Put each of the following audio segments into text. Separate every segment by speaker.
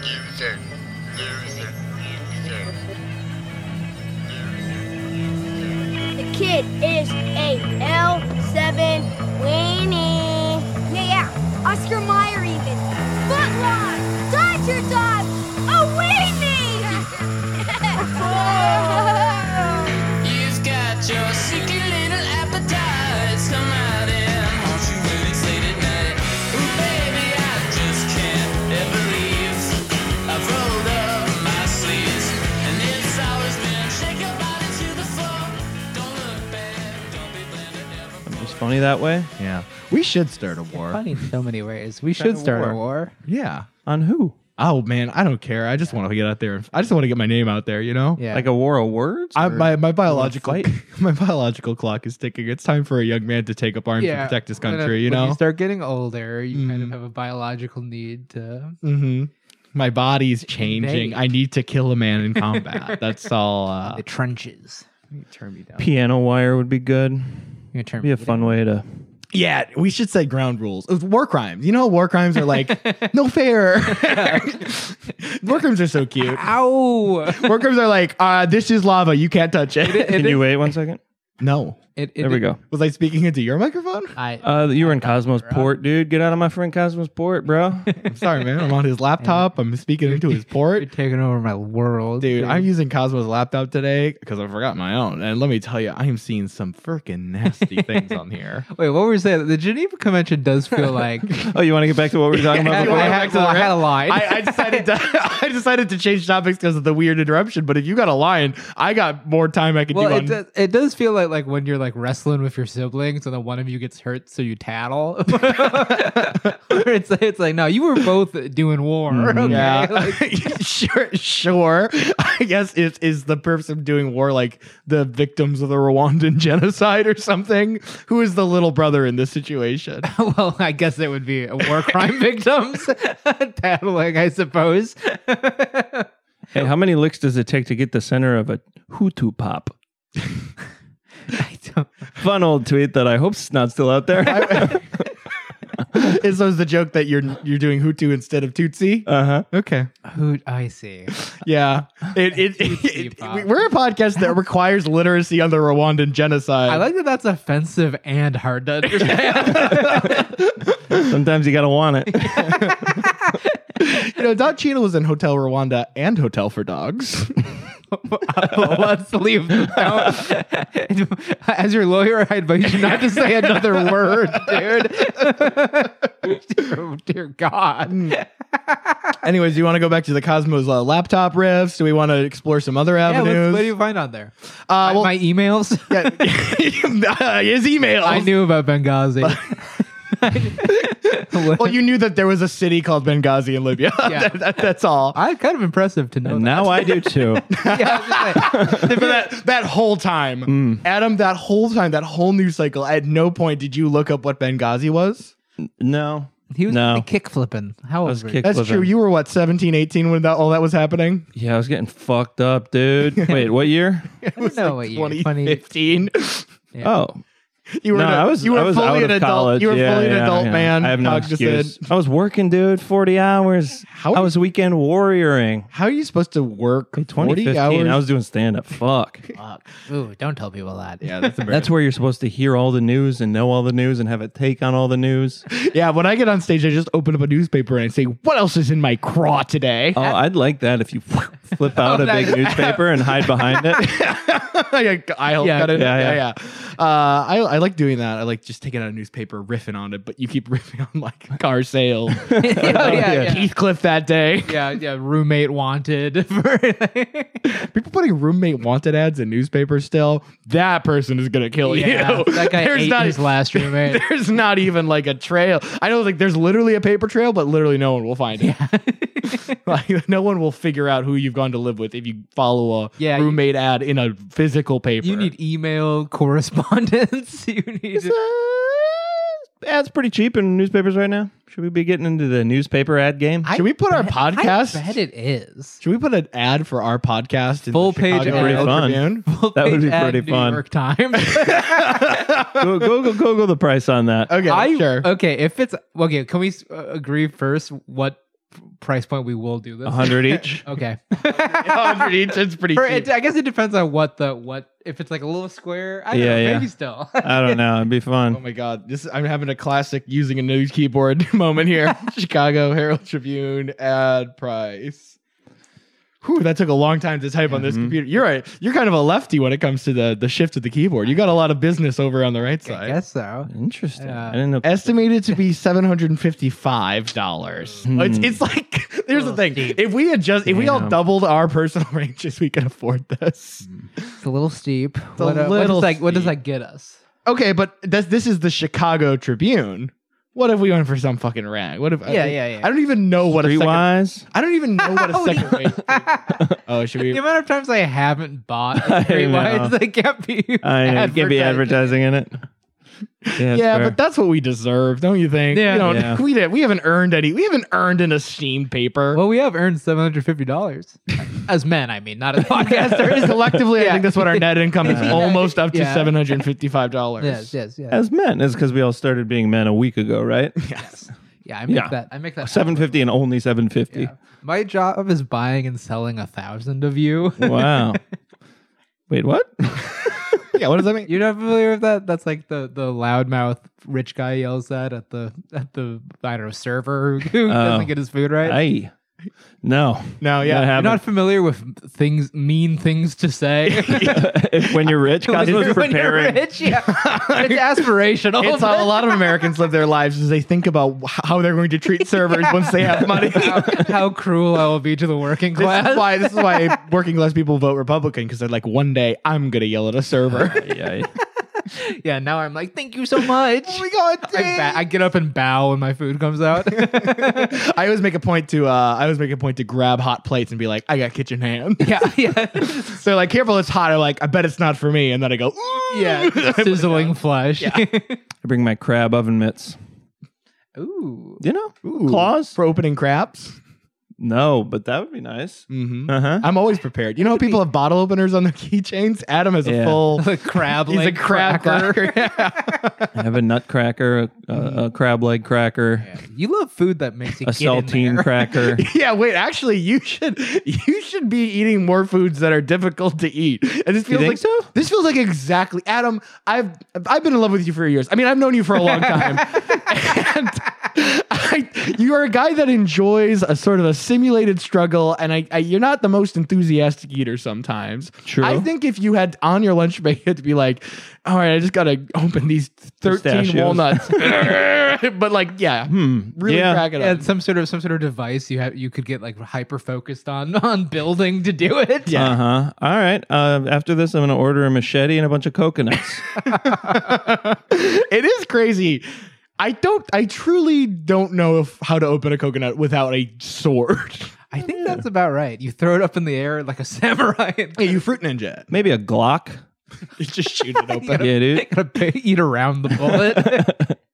Speaker 1: Loser. Loser. Loser.
Speaker 2: The kid is a L7 Winnie. Yeah, yeah. Oscar Meyer even. Footlong. Dodger Dodge. A weenie.
Speaker 3: You've got your sickly little appetite. Come out and won't you really late at night? Ooh, baby, I just can't ever leave. I've rolled up my sleeves, and it's always been shake your body to the floor. Don't look back, don't be blind to ever.
Speaker 4: It's funny that way.
Speaker 5: Yeah. We should start a war.
Speaker 6: Funny in so many ways. We should start a war.
Speaker 5: Yeah.
Speaker 4: On who?
Speaker 5: Oh man, I don't care. I just want to get out there. I just want to get my name out there. You know.
Speaker 6: Yeah.
Speaker 4: Like a war of words?
Speaker 5: I,
Speaker 4: or-
Speaker 5: my my biological
Speaker 4: fight?
Speaker 5: my biological clock is ticking. It's time for a young man to take up arms
Speaker 6: Yeah,
Speaker 5: and protect his
Speaker 6: when
Speaker 5: country.
Speaker 6: I-
Speaker 5: you
Speaker 6: when
Speaker 5: know.
Speaker 6: you start getting older, you kind of
Speaker 5: Mhm.
Speaker 6: have a biological need to.
Speaker 5: hmm My body's changing.
Speaker 6: Invade.
Speaker 5: I need to kill a man in combat. That's all. Uh,
Speaker 6: the trenches. You turn me down.
Speaker 4: Piano wire would be good.
Speaker 6: You turn
Speaker 4: Be
Speaker 6: me
Speaker 4: a fun way to.
Speaker 5: yeah, we should say ground rules. Of War crimes. You know, war crimes are like no fair. war crimes are so cute.
Speaker 6: Ow!
Speaker 5: War crimes are like uh, this is lava. You can't touch it.
Speaker 4: Can you wait one second?
Speaker 5: no.
Speaker 6: It, it,
Speaker 4: There we go.
Speaker 5: Was I speaking into your microphone?
Speaker 6: I
Speaker 4: Uh, you were in Cosmos Port, dude. Get out of my friend Cosmos Port, bro.
Speaker 5: I'm sorry, man. I'm on his laptop. I'm speaking into
Speaker 6: you're
Speaker 5: his port.
Speaker 6: taking over my world,
Speaker 5: Dude, I'm using Cosmo's laptop today because I forgot my own. And let me tell you, I am seeing some freaking nasty things on here.
Speaker 6: Wait, what were you saying? The Geneva Convention does feel like
Speaker 4: Oh, you want to get back to what we were talking
Speaker 6: I,
Speaker 4: about?
Speaker 5: you wanna
Speaker 4: Before?
Speaker 5: have-
Speaker 6: had, I had a line.
Speaker 5: I, I decided to I decided to change topics because of the weird interruption. But if you got a line, I got more time I could
Speaker 6: well,
Speaker 5: do
Speaker 6: it
Speaker 5: on.
Speaker 6: does, it does feel like like when you're like wrestling with your siblings and then one of you gets hurt, so you tattle. Or it's it's like no, you were both doing war. Okay?
Speaker 5: Mm-hmm. yeah,
Speaker 6: Like,
Speaker 5: sure, sure. I guess is is the person doing war like the victims of the Rwandan genocide or something? Who is the little brother in this situation?
Speaker 6: well, I guess it would be war crime victims tattling, I suppose.
Speaker 4: Hey, how many licks does it take to get the center of a Hutu pop?
Speaker 6: I don't.
Speaker 4: Fun old tweet that I hope's not still out there.
Speaker 5: is those the joke that you're you're doing Hutu instead of Tutsi?
Speaker 4: Uh huh.
Speaker 5: Okay.
Speaker 6: Who I see.
Speaker 5: Yeah. It, it,
Speaker 6: Tutsi
Speaker 5: it-
Speaker 6: pop.
Speaker 5: we're a podcast that requires literacy on the Rwandan genocide.
Speaker 6: I like that. That's offensive and hard to understand.
Speaker 4: Sometimes you gotta want it.
Speaker 5: you know, Don Cheadle was in Hotel Rwanda and Hotel for Dogs.
Speaker 6: Let's leave. Don't- As your lawyer, I advise you not to say another word, dude. dear, dear God.
Speaker 5: Anyways, do you want to go back to the Cosmos uh, laptop riffs? Do we want to explore some other
Speaker 6: Yeah,
Speaker 5: avenues?
Speaker 6: what, what do you find on there?
Speaker 5: uh,
Speaker 6: My-
Speaker 5: well,
Speaker 6: my emails.
Speaker 5: yeah, his email.
Speaker 6: I knew about Benghazi.
Speaker 5: Well, you knew that there was a city called Benghazi in Libya.
Speaker 6: Yeah.
Speaker 5: That- that- that's all.
Speaker 6: I kind of impressive to know
Speaker 4: And
Speaker 6: that.
Speaker 4: now I do too.
Speaker 6: Yeah, I was just like,
Speaker 5: For that that whole time, Adam, that whole time, that whole news cycle. At no point did you look up what Benghazi was.
Speaker 4: No.
Speaker 6: he was
Speaker 4: No.
Speaker 6: kick flipping. How
Speaker 4: I
Speaker 6: old
Speaker 4: was
Speaker 6: were you?
Speaker 4: kick
Speaker 5: That's true. You were what 17, 18 when that all that was happening.
Speaker 4: Yeah, I was getting fucked up, dude. Wait, what year?
Speaker 6: I don't know what year. 20
Speaker 5: 2015.
Speaker 4: Oh,
Speaker 5: You were
Speaker 4: no,
Speaker 5: in a-
Speaker 4: I was.
Speaker 5: you were
Speaker 4: I was
Speaker 5: fully
Speaker 4: out
Speaker 5: an
Speaker 4: of
Speaker 5: adult.
Speaker 4: College.
Speaker 5: You were
Speaker 4: Yeah,
Speaker 5: fully an
Speaker 4: yeah,
Speaker 5: adult
Speaker 4: yeah.
Speaker 5: man.
Speaker 4: I have no
Speaker 5: Cox just
Speaker 4: excuse.
Speaker 5: said.
Speaker 4: I was working, dude. Forty hours.
Speaker 5: How-
Speaker 4: I was weekend warrioring.
Speaker 5: How are you supposed to work 40
Speaker 4: 2015.
Speaker 5: hours?
Speaker 4: I was doing stand up. Fuck.
Speaker 6: Fuck. Ooh, don't tell people that.
Speaker 5: yeah, that's
Speaker 4: That's where you're supposed to hear all the news and know all the news and have a take on all the news.
Speaker 5: yeah, when I get on stage, I just open up a newspaper and I say, "What else is in my craw today?"
Speaker 4: Oh, I'd like that if you flip
Speaker 5: Oh,
Speaker 4: out a
Speaker 6: that-
Speaker 4: big newspaper and hide behind it.
Speaker 5: I I'll
Speaker 6: Yeah,
Speaker 5: cut it.
Speaker 4: yeah,
Speaker 5: Yeah,
Speaker 4: yeah.
Speaker 5: yeah. Uh, I I like doing that. I like just taking out a newspaper, riffing on it. But you keep riffing on like car sale,
Speaker 6: yeah, yeah, yeah.
Speaker 5: Heathcliff that day.
Speaker 6: yeah, yeah, Roommate wanted.
Speaker 5: People putting roommate wanted ads in newspapers still. That person is gonna kill
Speaker 6: yeah,
Speaker 5: you.
Speaker 6: that guy ate his last roommate.
Speaker 5: There's not even like a trail. I know, like, there's literally a paper trail, but literally no one will find it. like, no one will figure out who you've gone to live with if you follow a
Speaker 6: Yeah, you-
Speaker 5: roommate ad in a physical paper.
Speaker 6: You need email correspondence. You need.
Speaker 4: uh, Ads pretty cheap in newspapers right now. Should we be getting into the newspaper ad game?
Speaker 5: Should we put our
Speaker 6: I bet
Speaker 5: podcast?
Speaker 6: it is.
Speaker 5: Should we put an ad for our podcast? In
Speaker 6: Full
Speaker 5: the
Speaker 6: page
Speaker 5: Chicago
Speaker 6: ad.
Speaker 5: Real
Speaker 4: Fun.
Speaker 5: Tribune?
Speaker 4: That would be
Speaker 6: Ad
Speaker 4: pretty
Speaker 6: New
Speaker 4: fun.
Speaker 6: York Times.
Speaker 4: Go Google Google the price on that.
Speaker 5: Okay,
Speaker 6: I
Speaker 5: sure.
Speaker 6: okay. If it's okay, can we uh, agree first what price point, we will do this.
Speaker 4: 100 each.
Speaker 6: Okay.
Speaker 5: hundred each. It's pretty
Speaker 6: For
Speaker 4: E
Speaker 5: cheap.
Speaker 6: it, I guess it depends on what the what if it's like a little square. I don't
Speaker 4: Yeah,
Speaker 6: know,
Speaker 4: yeah.
Speaker 6: Maybe still.
Speaker 4: I don't know. It'd be
Speaker 5: Oh
Speaker 4: fun.
Speaker 5: my god, this I'm having a classic using a new keyboard moment here. Chicago Herald Tribune ad price. Whew, that took a long time to type on this
Speaker 4: Mhm.
Speaker 5: computer. You're right. You're kind of a lefty when it comes to the the shift of the keyboard. You got a lot of business over on the right
Speaker 6: I
Speaker 5: side.
Speaker 6: guess so.
Speaker 4: Interesting.
Speaker 6: Uh,
Speaker 4: I didn't know.
Speaker 5: Estimated to be seven hundred and fifty-five dollars.
Speaker 4: Hmm.
Speaker 5: It's, it's like here's the
Speaker 6: little
Speaker 5: thing:
Speaker 6: steep.
Speaker 5: if we adjust, if we all
Speaker 4: Damn.
Speaker 5: doubled our personal ranges, we could afford this.
Speaker 6: It's a little steep.
Speaker 5: a
Speaker 6: what, uh, what
Speaker 5: little
Speaker 6: does that, what does
Speaker 5: steep.
Speaker 6: that get us?
Speaker 5: Okay, but this this is the Chicago Tribune. What if we went for some fucking rag? What if?
Speaker 6: Yeah, yeah, yeah. Oh,
Speaker 5: I don't even know what a second
Speaker 4: Streetwise?
Speaker 5: I don't even know what a
Speaker 6: How do
Speaker 5: second rate. Oh, should
Speaker 6: The
Speaker 5: we?
Speaker 6: amount of times I haven't bought
Speaker 4: I
Speaker 6: a three wines
Speaker 4: know.
Speaker 6: that can't be
Speaker 4: I know, it can't be
Speaker 6: advertised.
Speaker 4: advertising in it. Yeah, it's
Speaker 5: Yeah,
Speaker 4: fair.
Speaker 5: but that's what we deserve, don't you think?
Speaker 6: Yeah.
Speaker 5: we, don't,
Speaker 4: Yeah.
Speaker 5: we didn't. We haven't earned any. We haven't earned an esteemed paper.
Speaker 6: Well, we have earned seven hundred fifty dollars as men. I mean, not as podcasters.
Speaker 5: Yes, collectively, I
Speaker 6: Yeah.
Speaker 5: think that's what our net income is
Speaker 6: Yeah.
Speaker 5: almost up to
Speaker 6: Yeah.
Speaker 5: seven hundred and fifty-five dollars.
Speaker 6: yes, yes, yes.
Speaker 4: as men, is because we all started being men a week ago, right?
Speaker 6: Yeah, I make
Speaker 4: Yeah.
Speaker 6: that. I make that.
Speaker 4: Seven fifty and only seven fifty.
Speaker 6: Yeah. My job is buying and selling a thousand of you.
Speaker 4: Wow. Wait, what?
Speaker 5: Yeah, what does that mean?
Speaker 6: You're not familiar with that? That's like the the loudmouth rich guy yells that at the at the I don't know server who
Speaker 4: Oh.
Speaker 6: doesn't get his food right.
Speaker 4: I no.
Speaker 5: No,
Speaker 4: That
Speaker 5: yeah.
Speaker 6: You're
Speaker 4: happened.
Speaker 6: not familiar with things, mean things to say.
Speaker 4: If- when you're rich,
Speaker 6: When
Speaker 4: Cosmo's
Speaker 6: you're- when you're
Speaker 4: preparing.
Speaker 6: rich, yeah. it's aspirational.
Speaker 5: It's how a lot of Americans live their lives is they think about wh- how they're going to treat servers once they have money.
Speaker 6: how, how cruel I will be to the working class.
Speaker 5: This is why this is why working class people vote Republican because they're like, one day I'm gonna yell at a server.
Speaker 4: Yeah,
Speaker 6: yeah, now I'm like, thank you so much.
Speaker 5: Oh God,
Speaker 6: I, ba- I get up and bow when my food comes out.
Speaker 5: I always make a point to uh, I always make a point to grab hot plates and be like, I got kitchen hand.
Speaker 6: yeah, yeah,
Speaker 5: so like, careful, it's hot. I'm like, I bet it's not for me. And then I go, "Ooh."
Speaker 6: yeah. Sizzling flesh.
Speaker 4: I bring my crab oven mitts.
Speaker 6: Ooh.
Speaker 4: You know,
Speaker 5: Ooh.
Speaker 4: claws.
Speaker 5: for opening craps.
Speaker 4: No, but that would be nice.
Speaker 5: Mm-hmm.
Speaker 4: Uh huh.
Speaker 5: I'm always prepared. You know, how people have bottle openers on their keychains. Adam has a
Speaker 4: Yeah.
Speaker 5: full.
Speaker 6: The crab
Speaker 5: He's a
Speaker 6: leg
Speaker 5: crab
Speaker 6: cracker.
Speaker 5: cracker.
Speaker 4: I have a nutcracker, a, a, a crab leg cracker,
Speaker 6: You love food that makes you
Speaker 4: a
Speaker 6: get in
Speaker 4: saltine
Speaker 6: there.
Speaker 4: cracker.
Speaker 5: yeah, wait. Actually, you should you should be eating more foods that are difficult to eat. And this feels
Speaker 4: think
Speaker 5: like
Speaker 4: so?
Speaker 5: This feels like exactly Adam. I've I've been in love with you for years. I mean, I've known you for a long time. and I, you are a guy that enjoys a sort of a simulated struggle, and I, I you're not the most enthusiastic eater sometimes.
Speaker 4: True.
Speaker 5: I think if you had on your lunch break, you had to be like, all right, I just gotta open these thirteen
Speaker 4: Pistachios. Hmm.
Speaker 5: walnuts. but like, yeah, really
Speaker 4: Yeah.
Speaker 5: crack it up.
Speaker 6: and some sort of some sort of device you have you could get like hyper focused on on building to do it.
Speaker 5: Yeah.
Speaker 4: Uh huh. All right. Uh, after this, I'm going to order a machete and a bunch of coconuts.
Speaker 5: it is crazy. I don't. I truly don't know if, how to open a coconut without a sword.
Speaker 6: I think that's about right. You throw it up in the air like a samurai. And
Speaker 5: hey, you fruit ninja!
Speaker 4: Maybe a Glock.
Speaker 5: You just shoot it open.
Speaker 4: Yeah, dude.
Speaker 6: gotta pay, eat around the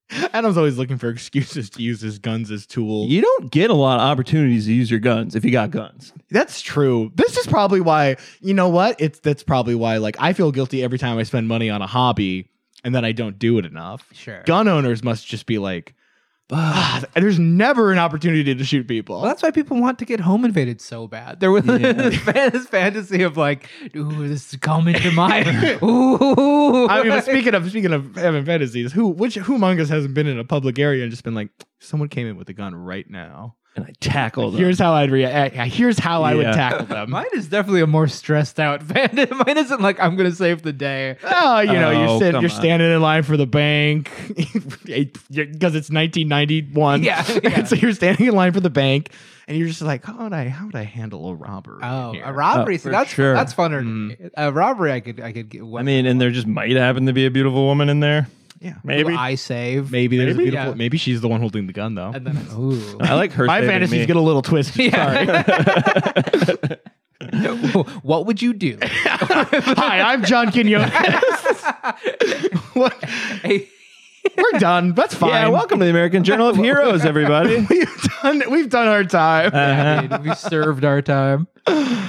Speaker 6: bullet.
Speaker 5: Adam's always looking for excuses to use his guns as tools.
Speaker 4: You don't get a lot of opportunities to use your guns if you got guns.
Speaker 5: That's true. This is probably why. You know what? It's that's probably why. Like I feel guilty every time I spend money on a hobby and then I don't do it enough.
Speaker 6: sure.
Speaker 5: Gun owners must just be like, ah, there's never an opportunity to shoot people.
Speaker 6: Well, that's why people want to get home invaded so bad. There was this, fan- this fantasy of like, ooh, this is coming to my. Ooh,
Speaker 5: I mean, but speaking of speaking of having fantasies, who which who among us hasn't been in a public area and just been like, someone came in with a gun right now.
Speaker 4: And I tackle them.
Speaker 5: Here's how I'd react. Here's how I would
Speaker 4: Yeah.
Speaker 5: tackle them.
Speaker 6: Mine is definitely a more stressed out fan. Mine isn't like I'm gonna save the day.
Speaker 5: Oh, you know,
Speaker 4: Oh,
Speaker 5: you're sitting,
Speaker 4: come
Speaker 5: you're
Speaker 4: on.
Speaker 5: standing in line for the bank because it's 1991.
Speaker 6: Yeah, yeah.
Speaker 5: so you're standing in line for the bank, and you're just like, how would I, how would I handle a robbery?
Speaker 6: Oh,
Speaker 5: here?
Speaker 6: a robbery!
Speaker 4: Oh,
Speaker 6: so
Speaker 4: for
Speaker 6: that's
Speaker 4: sure.
Speaker 6: that's funner. to me. A robbery, I could I could get. What
Speaker 4: I mean, and there just might happen to be a beautiful woman in there.
Speaker 5: Yeah,
Speaker 6: will
Speaker 4: Maybe. I,
Speaker 6: I save,
Speaker 5: maybe there's
Speaker 6: Maybe,
Speaker 5: a beautiful.
Speaker 6: yeah.
Speaker 5: Maybe she's the one holding the gun, though.
Speaker 6: and then ooh,
Speaker 4: like her.
Speaker 5: My
Speaker 4: saving
Speaker 5: fantasies
Speaker 4: me.
Speaker 5: get a little twisted. Sorry.
Speaker 6: what would you do?
Speaker 5: Hi, I'm John Quinones. what?
Speaker 6: Hey,
Speaker 5: We're done. That's fine.
Speaker 4: Yeah, welcome to the American Journal of Heroes, everybody.
Speaker 5: We've done. We've done our time.
Speaker 4: Uh-huh.
Speaker 6: dude, we served our time.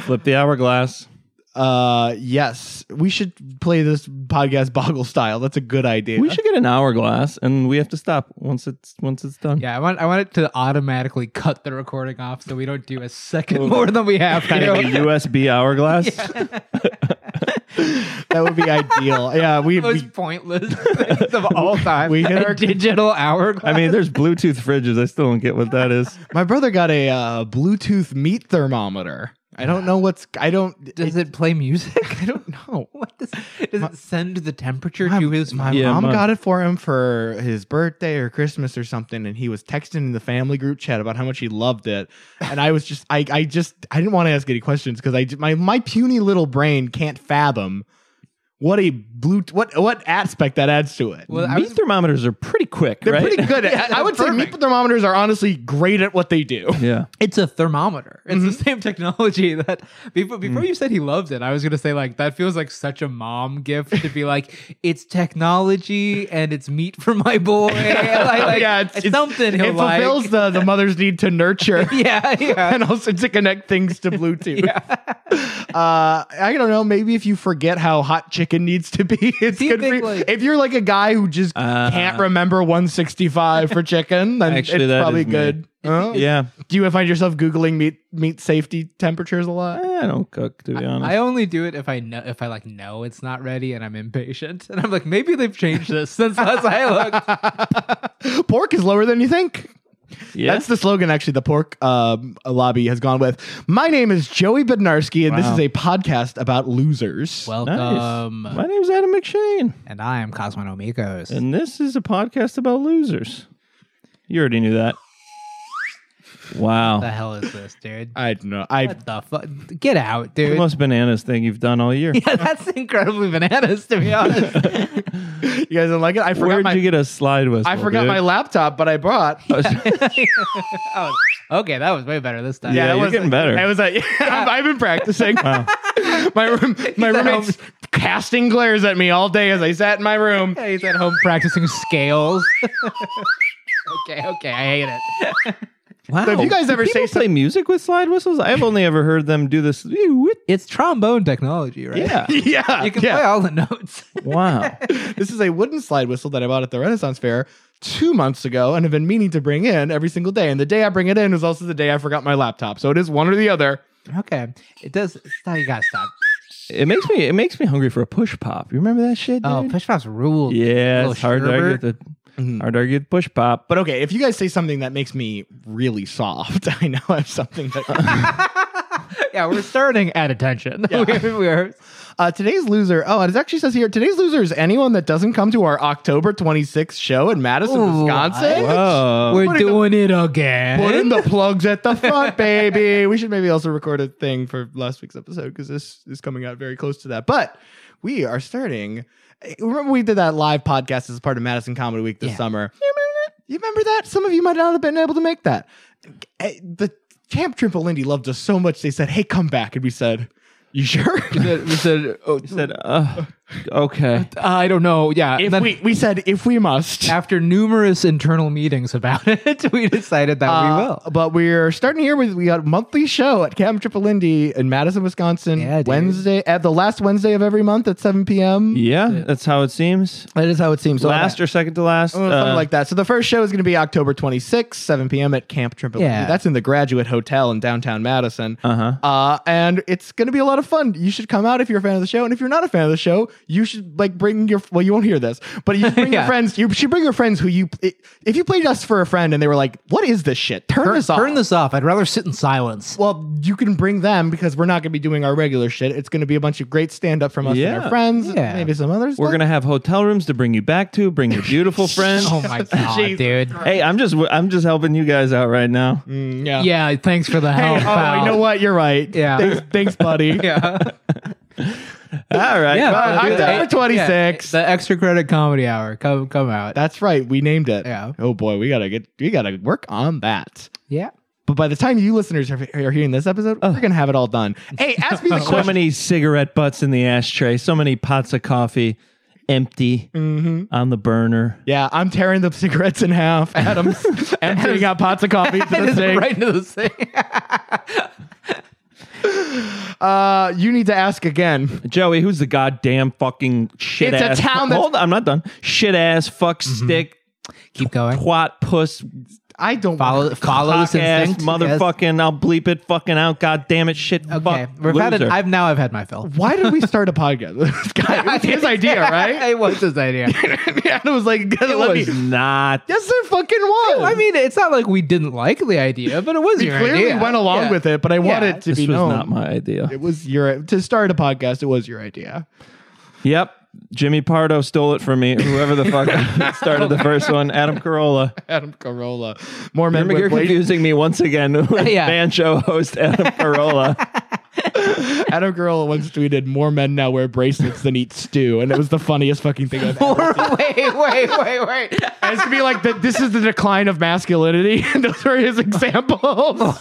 Speaker 4: Flip the hourglass.
Speaker 5: Uh, yes, we should play this podcast boggle style. That's a good idea.
Speaker 4: We should get an hourglass, and we have to stop once it's once it's done.
Speaker 6: Yeah, I want I want it to automatically cut the recording off so we don't do a second more than we have
Speaker 4: Kind of a
Speaker 6: to.
Speaker 4: USB hourglass.
Speaker 5: That would be ideal. Yeah, we.
Speaker 6: Most
Speaker 5: we
Speaker 6: pointless things of all time.
Speaker 5: We hit
Speaker 6: A
Speaker 5: our-
Speaker 6: digital hourglass.
Speaker 4: I mean, there's Bluetooth fridges. I still don't get what that is.
Speaker 5: my brother got a uh, Bluetooth meat thermometer. I don't know what's. I don't.
Speaker 6: Does it play music? I don't
Speaker 5: know.
Speaker 6: What does, does it send the temperature
Speaker 5: My,
Speaker 6: to his
Speaker 5: my
Speaker 4: Yeah,
Speaker 5: mom
Speaker 4: mine.
Speaker 5: got it for him for his birthday or Christmas or something, and he was texting in the family group chat about how much he loved it. And I was just, I, I just, I didn't want to ask any questions because I, j- my, my puny little brain can't fathom what a blue, what, what aspect that adds to it.
Speaker 6: Well, I
Speaker 4: meat
Speaker 6: was-
Speaker 4: thermometers are pretty quick,
Speaker 5: they're
Speaker 4: right?
Speaker 5: pretty good. at, I would say meat thermometers are honestly great at what they do.
Speaker 4: yeah.
Speaker 6: It's a thermometer. It's the same technology that before, before you said he loved it, I was gonna say like that feels like such a mom gift to be like it's technology and it's meat for my boy. like, like, it's, something he'll
Speaker 5: It
Speaker 6: like.
Speaker 5: fulfills the, the mother's need to nurture.
Speaker 6: yeah, yeah.
Speaker 5: and also to connect things to Bluetooth. uh, I don't know. Maybe if you forget how hot chicken needs to be, it's
Speaker 6: Do you
Speaker 5: good for
Speaker 6: think,
Speaker 5: you.
Speaker 6: like-
Speaker 5: if you're like a guy who just
Speaker 4: Uh,
Speaker 5: can't remember 165 for chicken, then
Speaker 4: Actually,
Speaker 5: it's
Speaker 4: that
Speaker 5: probably
Speaker 4: is me.
Speaker 5: good. Huh?
Speaker 4: Yeah.
Speaker 5: Do you find yourself googling meat meat safety temperatures a lot?
Speaker 4: I don't cook, to be honest.
Speaker 6: I only do it if I know if I like know it's not ready and I'm impatient and I'm like maybe they've changed this since last I looked.
Speaker 5: Pork is lower than you think.
Speaker 4: yeah.
Speaker 5: That's the slogan, actually, the pork um, lobby has gone with. My name is Joey Bednarski, and this
Speaker 4: Wow.
Speaker 5: is a podcast about losers.
Speaker 6: Welcome,
Speaker 4: nice. My name's Adam McShane,
Speaker 6: and I am Cosmonomicos.
Speaker 4: and this is a podcast about losers. You already knew that.
Speaker 6: the
Speaker 4: Wow.
Speaker 6: hell is this, dude?
Speaker 5: I don't know. I
Speaker 6: What the fuck? Get out,
Speaker 4: The
Speaker 6: dude.
Speaker 4: most bananas thing you've done all year.
Speaker 6: yeah, that's incredibly bananas to be honest.
Speaker 5: you guys don't like it. I forgot
Speaker 4: Where'd
Speaker 5: my
Speaker 4: you get a slide whistle?
Speaker 5: I forgot my laptop, but I brought. Yeah,
Speaker 6: oh, okay, that was way better this time.
Speaker 4: Yeah. you're getting better.
Speaker 5: I was like, I've been practicing. my room, my
Speaker 6: He's at
Speaker 5: roommate's casting glares at me all day as I sat in my room.
Speaker 6: Yeah, he's at home practicing scales. okay, okay, I hate it.
Speaker 4: Wow.
Speaker 5: So if you guys
Speaker 4: Do
Speaker 5: ever say
Speaker 4: people play music with slide whistles, I've only ever heard them do this.
Speaker 6: It's trombone technology, right?
Speaker 4: Yeah.
Speaker 5: Yeah,
Speaker 6: You can
Speaker 5: yeah.
Speaker 6: play all the notes.
Speaker 4: Wow.
Speaker 5: This is a wooden slide whistle that I bought at the Renaissance Fair two months ago, and have been meaning to bring in every single day. And the day I bring it in is also the day I forgot my laptop. So it is one or the other.
Speaker 6: okay. It does stop you gotta stop.
Speaker 4: It makes me it makes me hungry for a push pop. You remember that shit?
Speaker 6: Oh,
Speaker 4: dude?
Speaker 6: push pops rule.
Speaker 4: Yeah,
Speaker 6: Little
Speaker 4: it's hard to argue with
Speaker 6: sherbert.
Speaker 4: the
Speaker 5: Mm-hmm.
Speaker 4: hard to argue with push pop.
Speaker 5: But okay, if you guys say something that makes me really soft, I know I have something that.
Speaker 6: Yeah, we're starting at attention. we are
Speaker 5: Uh, today's loser. Oh, it actually says here today's loser is anyone that doesn't come to our October 26th show in Madison,
Speaker 6: Ooh,
Speaker 5: Wisconsin.
Speaker 4: Whoa.
Speaker 6: we're
Speaker 5: putting the-
Speaker 6: doing it again.
Speaker 5: Put in the plugs at the front, baby. We should maybe also record a thing for last week's episode because this is coming out very close to that. But we are starting. eh, Remember, we did that live podcast as part of Madison Comedy Week this
Speaker 6: Yeah.
Speaker 5: summer. You remember, that? you remember that? Some of you might not have been able to make that. Eh, The Camp Trimpolindi loved us so much, they said, Hey, come back. And we said, You sure?
Speaker 6: we said, oh,
Speaker 4: I said, uh, okay.
Speaker 6: I don't know. Yeah.
Speaker 5: if
Speaker 6: and then-
Speaker 5: we, we said, If we must.
Speaker 6: after numerous internal meetings about it, we decided that we
Speaker 5: Uh,
Speaker 6: will.
Speaker 5: But we're starting here with we got a monthly show at Camp Tripolindi in Madison, Wisconsin,
Speaker 6: Yeah, dude.
Speaker 5: Wednesday at the last Wednesday of every month at 7 p.m.
Speaker 4: Yeah, that's how it seems.
Speaker 5: That is how it seems. So
Speaker 4: last or second to last.
Speaker 5: uh, something
Speaker 4: uh,
Speaker 5: like that. So the first show is going to be October 26th, 7 p.m. at Camp Tripolindi.
Speaker 6: Yeah.
Speaker 5: That's in the Graduate Hotel in downtown Madison.
Speaker 4: Uh-huh.
Speaker 5: Uh, and it's going to be a lot of fun. You should come out if you're a fan of the show, and if you're not a fan of the show, you should like bring your. Well, you won't hear this, but you should bring your
Speaker 6: Yeah.
Speaker 5: friends. You should bring your friends who you. If you played us for a friend and they were like, "What is this shit? Turn, this off.
Speaker 6: Turn this off. I'd rather sit in silence.
Speaker 5: well, you can bring them because we're not going to be doing our regular shit. It's going to be a bunch of great stand up from us and
Speaker 4: Yeah.
Speaker 5: our friends,
Speaker 6: Yeah.
Speaker 5: maybe some others.
Speaker 4: We're gonna have hotel rooms to bring you back to. Bring your beautiful friends.
Speaker 6: Oh my god,
Speaker 5: Jesus
Speaker 6: dude.
Speaker 4: Hey, I'm just I'm just helping you guys out right now.
Speaker 5: Mm, yeah.
Speaker 6: Yeah, thanks for the
Speaker 5: Hey,
Speaker 6: help.
Speaker 5: oh,
Speaker 6: pal.
Speaker 5: you know what? You're right.
Speaker 6: Yeah.
Speaker 5: Thanks, thanks buddy.
Speaker 6: Yeah,
Speaker 4: All right.
Speaker 6: yeah.
Speaker 4: Bye.
Speaker 5: Well,
Speaker 6: do
Speaker 5: October
Speaker 6: that. Yeah,
Speaker 5: 26.
Speaker 6: the extra credit comedy hour. Come, come out.
Speaker 5: That's right. We named it.
Speaker 6: Yeah.
Speaker 5: Oh boy, we gotta get we gotta work on that.
Speaker 6: yeah.
Speaker 5: But by the time you listeners are, are hearing this episode, we're gonna have it all done. Hey, ask me the
Speaker 4: So
Speaker 5: question.
Speaker 4: many cigarette butts in the ashtray. So many pots of coffee, empty
Speaker 5: Mm-hmm.
Speaker 4: on the burner.
Speaker 5: Yeah, I'm tearing the cigarettes in half. Adam's emptying out pots of coffee to the
Speaker 6: Just
Speaker 5: sink.
Speaker 6: right into the sink.
Speaker 5: Uh, you need to ask again.
Speaker 4: Joey, who's the goddamn fucking shit
Speaker 5: It's a
Speaker 4: ass?
Speaker 5: town that's- Mm-hmm.
Speaker 4: Hold on, I'm not done. Shit ass, fuck stick,
Speaker 6: Keep going.
Speaker 4: twat, puss,
Speaker 5: I don't
Speaker 6: Follow follow
Speaker 4: cock
Speaker 6: this
Speaker 4: ass,
Speaker 6: instinct.
Speaker 4: motherfucking. I'll bleep it, fucking out. God damn it, shit.
Speaker 6: Yes. Okay.
Speaker 4: Fuck,
Speaker 6: We've had it.
Speaker 4: loser.
Speaker 6: I've now I've had my fill.
Speaker 5: Why did we start a podcast? This guy, it was his idea, right?
Speaker 6: it was his idea.
Speaker 5: Adam was like,
Speaker 4: it
Speaker 5: let
Speaker 4: was
Speaker 5: me-
Speaker 4: not.
Speaker 5: Yes, it fucking was.
Speaker 6: I mean, it's not like we didn't like the idea, but it was
Speaker 5: we
Speaker 6: your
Speaker 5: clearly
Speaker 6: idea.
Speaker 5: went along
Speaker 6: Yeah.
Speaker 5: with it, but I want
Speaker 6: Yeah.
Speaker 5: it to
Speaker 4: This
Speaker 5: be
Speaker 4: was
Speaker 5: known.
Speaker 4: not my idea.
Speaker 5: it was your to start a podcast. It was your idea.
Speaker 4: Yep. Jimmy Pardo stole it from me. Whoever the fuck started the first one, Adam Carolla.
Speaker 5: Adam Carolla, more men
Speaker 4: Remember, you're
Speaker 5: with weight.
Speaker 4: confusing me once again with
Speaker 6: Yeah.
Speaker 4: fan show host Adam Carolla.
Speaker 5: Adam Carolla once tweeted, "More men now wear bracelets than eat stew," and it was the funniest fucking thing I've ever.
Speaker 6: wait, wait, wait, wait.
Speaker 5: As to be like that, this is the decline of masculinity, and those were his examples.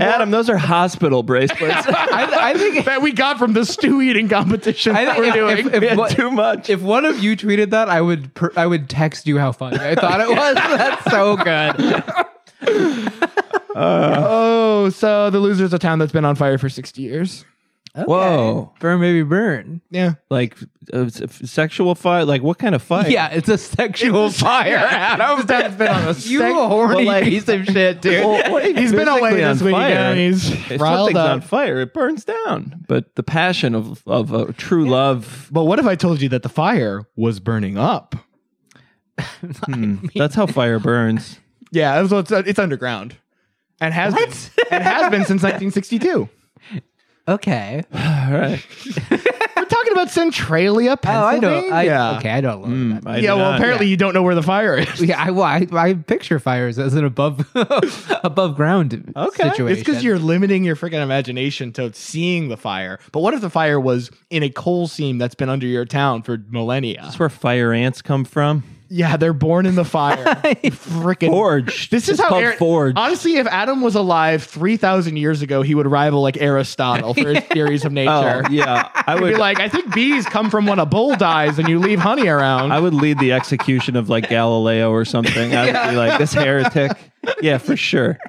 Speaker 4: Adam, those are hospital bracelets.
Speaker 6: I, I think.
Speaker 5: that we got from the stew eating competition
Speaker 6: I
Speaker 5: that
Speaker 6: think
Speaker 5: we're
Speaker 6: if,
Speaker 5: doing.
Speaker 6: if,
Speaker 4: We
Speaker 6: if,
Speaker 4: had
Speaker 6: one-
Speaker 4: too much.
Speaker 6: if one of you tweeted that, I would per, I would text you how funny I thought it was. That's so good.
Speaker 5: oh, so the loser's a town that's been on fire for 60 years.
Speaker 4: Whoa.
Speaker 6: Burn baby burn.
Speaker 5: Yeah.
Speaker 4: Like uh, s- f- sexual fire? Like what kind of fire?
Speaker 6: Yeah, it's a sexual fire, Adam.
Speaker 5: town's been on a
Speaker 6: You
Speaker 5: sec-
Speaker 6: a horny
Speaker 4: Well, like-
Speaker 6: piece of shit, dude.
Speaker 4: Well, what if
Speaker 5: He's been
Speaker 4: physically
Speaker 5: away this week,
Speaker 4: fire?
Speaker 5: and he's
Speaker 4: if
Speaker 5: riled
Speaker 4: something's
Speaker 5: up.
Speaker 4: on fire, it burns down. But the passion of of uh, true love,
Speaker 5: But what if I told you that the fire was burning up?
Speaker 4: hmm, that's how fire burns.
Speaker 5: Yeah, so it's, uh, it's underground. And has been. and has been since 1962.
Speaker 6: okay.
Speaker 4: All right.
Speaker 5: We're talking about Centralia,
Speaker 6: Oh, I
Speaker 5: Pennsylvania.
Speaker 6: don't. I, okay, I don't love that.
Speaker 4: I
Speaker 5: Yeah,
Speaker 4: do
Speaker 5: well,
Speaker 4: not-
Speaker 5: apparently you don't know where the fire is.
Speaker 6: Yeah, I, well, I, I picture fires as an above above ground
Speaker 4: Okay.
Speaker 6: situation.
Speaker 5: It's because you're limiting your freaking imagination to seeing the fire. But what if the fire was in a coal seam that's been under your town for millennia?
Speaker 4: That's where fire ants come from.
Speaker 5: Yeah, they're born in the fire. freaking
Speaker 4: Forged.
Speaker 5: This is
Speaker 4: It's
Speaker 5: how
Speaker 4: called
Speaker 5: Aaron-
Speaker 4: forged.
Speaker 5: Honestly, if Adam was alive three thousand years ago, he would rival like Aristotle for his theories of nature.
Speaker 4: Oh, yeah. I
Speaker 5: He'd
Speaker 4: would
Speaker 5: be like, I think bees come from when a bull dies and you leave honey around.
Speaker 4: I would lead the execution of like Galileo or something. I would be like, this heretic. Yeah, for sure.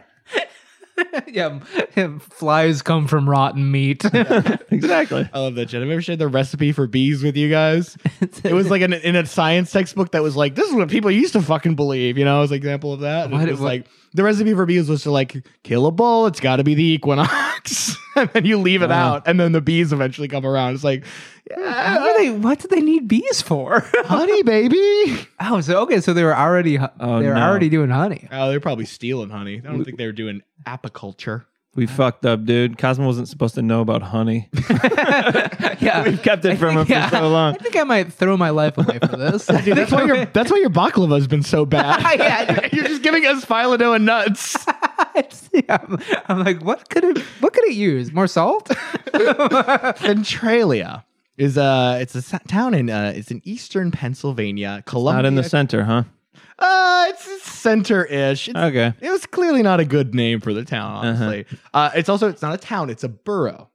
Speaker 6: yeah, m- flies come from rotten meat.
Speaker 4: Exactly.
Speaker 5: I love that shit. I've ever shared Oh, the recipe for bees with you guys. it was like in a, in a science textbook that was like, this is what people used to fucking believe. You know, as an example of that. And
Speaker 6: What-
Speaker 5: it was
Speaker 6: what-
Speaker 5: like the recipe for bees was to like kill a bull. It's got to be the equinox, and then you leave it out, and then the bees eventually come around. It's like,
Speaker 6: How do they? What do they need bees for?
Speaker 5: honey, baby.
Speaker 6: oh, so okay, so they were already hu-
Speaker 4: Oh,
Speaker 6: they were
Speaker 4: no.
Speaker 6: already doing honey.
Speaker 5: Oh, they're probably stealing honey. I don't think they were doing apiculture.
Speaker 4: We fucked up, dude. Cosmo wasn't supposed to know about honey.
Speaker 6: Yeah,
Speaker 4: We've kept it from him
Speaker 6: yeah.
Speaker 4: for so long.
Speaker 6: I think I might throw my life away for this.
Speaker 5: Dude, that's why your that's why your baklava has been so bad.
Speaker 6: yeah,
Speaker 5: You're just giving us phyllo and nuts.
Speaker 6: it's- yeah, I'm, I'm like, what could it? What could it use? More salt?
Speaker 5: Centralia is uh it's a s- town in uh it's in eastern Pennsylvania, Columbia.
Speaker 4: Not in the center, huh?
Speaker 5: uh it's center-ish. It's,
Speaker 4: Okay. Uh-huh.
Speaker 5: It was clearly not a good name for the town, honestly. uh it's also it's not a town, it's a borough.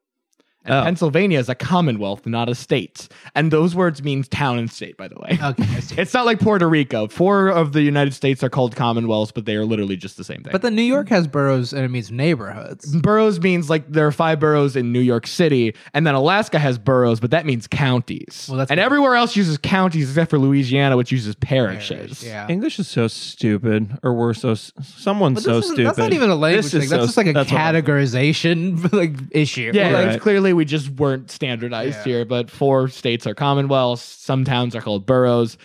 Speaker 5: And
Speaker 4: Oh.
Speaker 5: Pennsylvania is a commonwealth, not a state. And those words means town and state, by the way.
Speaker 6: Okay, I see.
Speaker 5: It's not like Puerto Rico. Four of the United States are called commonwealths, but they are literally just the same thing.
Speaker 6: but then New York has boroughs and it means neighborhoods.
Speaker 5: boroughs means like there are five boroughs in New York City, and then Alaska has boroughs, but that means counties.
Speaker 6: Well, that's-
Speaker 5: and everywhere else uses counties except for Louisiana, which uses parishes.
Speaker 6: Yeah.
Speaker 4: English is so stupid, or we're so s- someone's
Speaker 6: But
Speaker 4: so
Speaker 6: this isn't-
Speaker 4: stupid.
Speaker 6: That's not even a language
Speaker 4: This
Speaker 6: thing.
Speaker 4: is
Speaker 6: That's
Speaker 4: so-
Speaker 6: just like a
Speaker 4: that's what I'm-
Speaker 6: categorization like issue.
Speaker 5: Yeah,
Speaker 6: Like,
Speaker 5: like,
Speaker 4: Right.
Speaker 5: clearly we just weren't standardized
Speaker 6: Yeah.
Speaker 5: here, but four states are commonwealths. Some towns are called boroughs.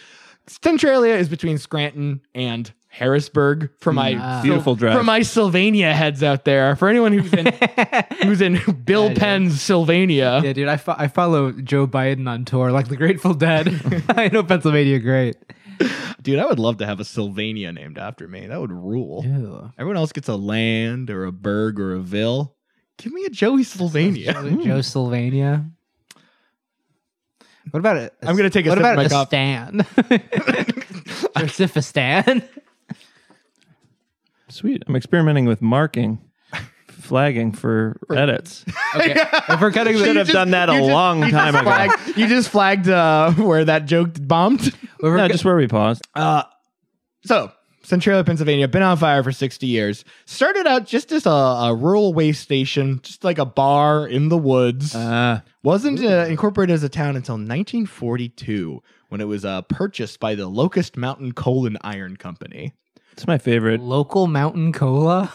Speaker 5: Centralia is between Scranton and Harrisburg for my
Speaker 6: Ah.
Speaker 4: Beautiful drive.
Speaker 5: for my Sylvania heads out there. For anyone who's in who's in Bill
Speaker 6: dude.
Speaker 5: Penn's Sylvania.
Speaker 6: Yeah, dude, I, fo- I follow Joe Biden on tour like the Grateful Dead. I know Pennsylvania great.
Speaker 5: Dude, I would love to have a Sylvania named after me. That would rule.
Speaker 6: Ew.
Speaker 5: Everyone else gets a land or a burg or a ville. Give me a Joey Sylvania.
Speaker 6: Joe Sylvania. What about it?
Speaker 5: I'm gonna take a
Speaker 6: What
Speaker 5: sip of
Speaker 6: about
Speaker 5: my
Speaker 6: a
Speaker 5: coffee.
Speaker 6: stand? Josephustan.
Speaker 4: Sweet. I'm experimenting with marking, flagging for edits.
Speaker 6: Okay. if we're cutting
Speaker 4: Should
Speaker 6: the,
Speaker 4: have done that a long time ago.
Speaker 5: Flag- you just flagged uh, where that joke bombed.
Speaker 6: if we're
Speaker 4: No,
Speaker 6: cu-
Speaker 4: just where we paused.
Speaker 5: So, Centralia, Pennsylvania, been on fire for 60 years. Started out just as a, a rural waste station, just like a bar in the woods.
Speaker 6: Uh,
Speaker 5: Wasn't uh, incorporated as a town until 1942 when it was uh, purchased by the Locust Mountain Coal and Iron Company.
Speaker 4: It's my favorite.
Speaker 6: local mountain cola.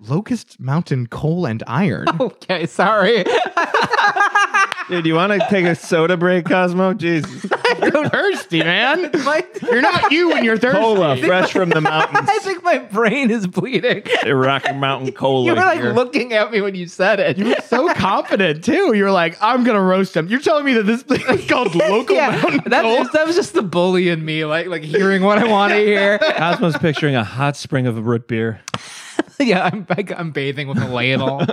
Speaker 5: Locust Mountain Coal and Iron.
Speaker 4: Oh,
Speaker 6: Okay, sorry.
Speaker 4: Dude, you want to take a soda break, Cosmo? Jesus.
Speaker 5: You're thirsty, man.
Speaker 6: My-
Speaker 5: You're not you when you're thirsty.
Speaker 4: Cola, fresh from the mountains.
Speaker 6: I think my brain is bleeding.
Speaker 4: Rocky Mountain Cola.
Speaker 6: You were like
Speaker 4: here.
Speaker 6: looking at me when you said it.
Speaker 5: You were so confident too. You're like, I'm gonna roast him. You're telling me that this thing is called local mountain
Speaker 6: that,
Speaker 5: Coal?
Speaker 6: was- that was just the bully in me, like like hearing what I want to hear.
Speaker 4: Cosmo's picturing a hot spring of root beer.
Speaker 6: yeah, I'm like, I'm bathing with a ladle.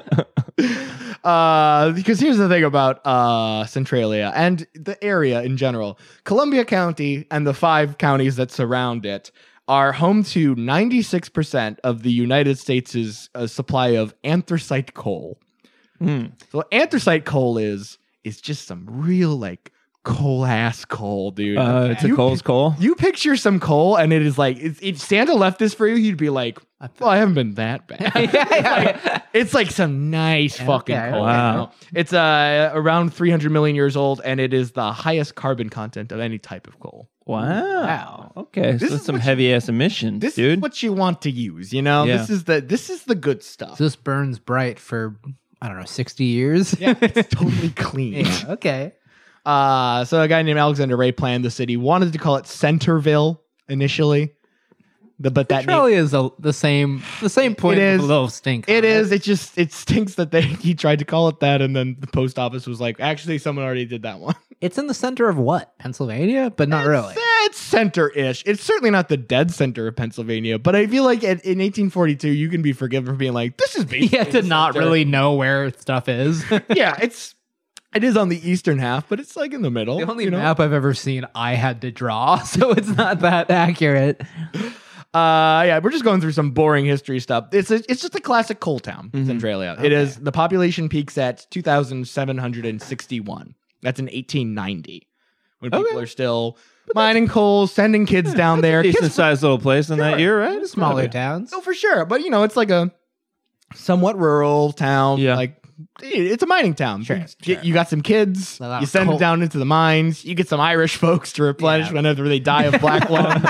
Speaker 5: Uh, because here's the thing about uh, Centralia and the area in general Columbia County and the five counties that surround it are home to 96% of the United States' uh, supply of anthracite coal.
Speaker 4: Hmm.
Speaker 5: So, what anthracite coal is is just some real, like, coal ass coal, dude.
Speaker 4: Uh, it's a
Speaker 5: You-
Speaker 4: coal's coal.
Speaker 5: You picture some coal, and it is like, if if Santa left this for you, you'd be like, well, I haven't been that bad. It's like some nice fucking
Speaker 6: okay.
Speaker 5: coal.
Speaker 4: Wow.
Speaker 5: you know? It's uh, around 300 million years old, and it is the highest carbon content of any type of coal.
Speaker 4: Wow.
Speaker 6: Wow.
Speaker 4: Okay,
Speaker 5: This
Speaker 4: so
Speaker 5: is
Speaker 4: that's some
Speaker 5: what
Speaker 4: heavy ass emissions,
Speaker 5: This
Speaker 4: dude.
Speaker 5: is what you want to use, you know.
Speaker 4: Yeah.
Speaker 5: This is the this is the good stuff.
Speaker 6: this burns bright for I don't know, sixty years.
Speaker 5: yeah, it's totally clean.
Speaker 6: Yeah, okay.
Speaker 5: Uh, so a guy named Alexander Ray planned the city. Wanted to call it Centerville initially, the, but that name,
Speaker 6: Charlie is a, the same the same point.
Speaker 5: It
Speaker 6: with
Speaker 5: is.
Speaker 6: a little stink.
Speaker 5: It
Speaker 6: on
Speaker 5: is. It just it stinks that they he tried to call it that, and then the post office was like, actually, someone already did that one.
Speaker 6: It's in the center of what? Pennsylvania, but not really.
Speaker 5: It's, eh, it's center-ish. It's certainly not the dead center of Pennsylvania, but I feel like at, in 1842, you can be forgiven for being like, this is basically
Speaker 6: Yeah, to
Speaker 5: the
Speaker 6: not
Speaker 5: center.
Speaker 6: really know where stuff is. the
Speaker 5: yeah, it's it is on the eastern half, but it's like in the middle.
Speaker 6: only
Speaker 5: you know?
Speaker 6: map I've ever seen, I had to draw, so it's not that accurate.
Speaker 5: Uh, yeah, we're just going through some boring history stuff. It's a, it's just a classic coal town,
Speaker 6: Mm-hmm.
Speaker 5: Centralia. It is the population peaks at two thousand seven hundred and sixty one. That's in eighteen ninety, when people are still mining coal, sending kids down there. Kids-
Speaker 4: Decent sized little place in that year, right?
Speaker 6: Smaller
Speaker 4: Yeah.
Speaker 6: towns.
Speaker 5: no, for sure, but you know, it's like a somewhat rural town.
Speaker 4: Yeah.
Speaker 5: like it's a mining town. you, get- you got some kids.
Speaker 6: A lot
Speaker 5: You
Speaker 6: of
Speaker 5: send
Speaker 6: coal.
Speaker 5: them down into the mines. You get some Irish folks to replenish
Speaker 6: Yeah.
Speaker 5: whenever they die of black lung.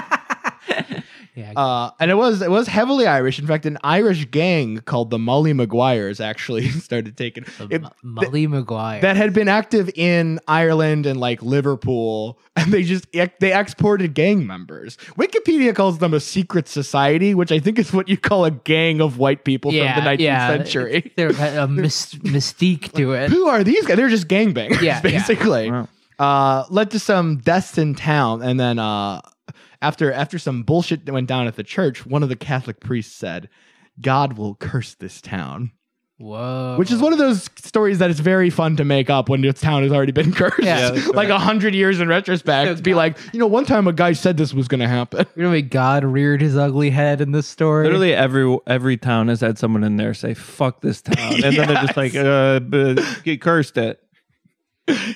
Speaker 6: Yeah,
Speaker 5: Uh, and it was it was heavily Irish. In fact, an Irish gang called the Molly Maguires actually started taking it-
Speaker 6: M- Molly Maguire.
Speaker 5: that had been active in Ireland and like Liverpool, and they just ex- they exported gang members. Wikipedia calls them a secret society, which I think is what you call a gang of white people from the 19th century.
Speaker 6: There had a mys- mystique to it.
Speaker 5: Who are these guys? They're just gangbangers,
Speaker 6: Yeah, yeah.
Speaker 5: basically.
Speaker 4: Wow.
Speaker 5: Uh, led to some deaths in town, and then uh, after after some bullshit that went down at the church, one of the Catholic priests said, "God will curse this town,"
Speaker 6: Whoa.
Speaker 5: which is one of those stories that is very fun to make up when this town has already been cursed,
Speaker 6: Yeah,
Speaker 4: that's
Speaker 5: like a hundred years in retrospect.
Speaker 6: So
Speaker 5: be like, you know, one time a guy said this was going to happen.
Speaker 6: You know, like God reared his ugly head in this story.
Speaker 4: Literally every every town has had someone in there say "fuck this town," and then they're just like, uh, b- "Get cursed at."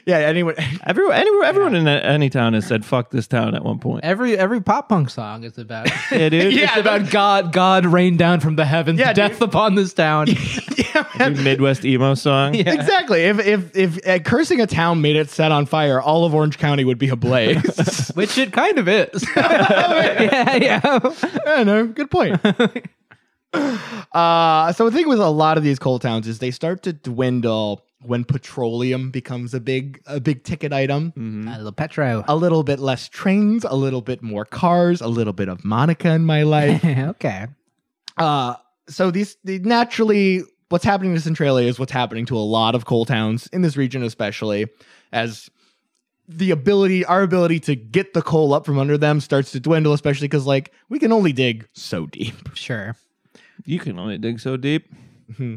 Speaker 5: yeah, anyway.
Speaker 4: Everyone, anywhere, everyone in a- any town has said "fuck this town" at one point.
Speaker 6: Every every pop punk song is about
Speaker 4: Yeah, dude.
Speaker 5: Yeah.
Speaker 6: it's about God God rained down from the heavens,
Speaker 5: Yeah,
Speaker 6: death upon this town.
Speaker 5: yeah, man.
Speaker 4: Midwest emo song.
Speaker 5: Exactly. If if if uh, cursing a town made it set on fire, all of Orange County would be ablaze.
Speaker 6: Which it kind of is.
Speaker 5: Oh,
Speaker 6: yeah, yeah.
Speaker 5: yeah, no, good point. uh, so the thing with a lot of these coal towns is they start to dwindle when petroleum becomes a big a big ticket item.
Speaker 6: A little Petro.
Speaker 5: A little bit less trains, a little bit more cars, a little bit of Monica in my life.
Speaker 6: okay.
Speaker 5: uh, so these the, naturally, what's happening to Centralia is what's happening to a lot of coal towns in this region, especially as the ability, our ability to get the coal up from under them starts to dwindle, especially because like we can only dig so deep.
Speaker 6: Sure.
Speaker 4: You can only dig so deep.
Speaker 5: Mm-hmm.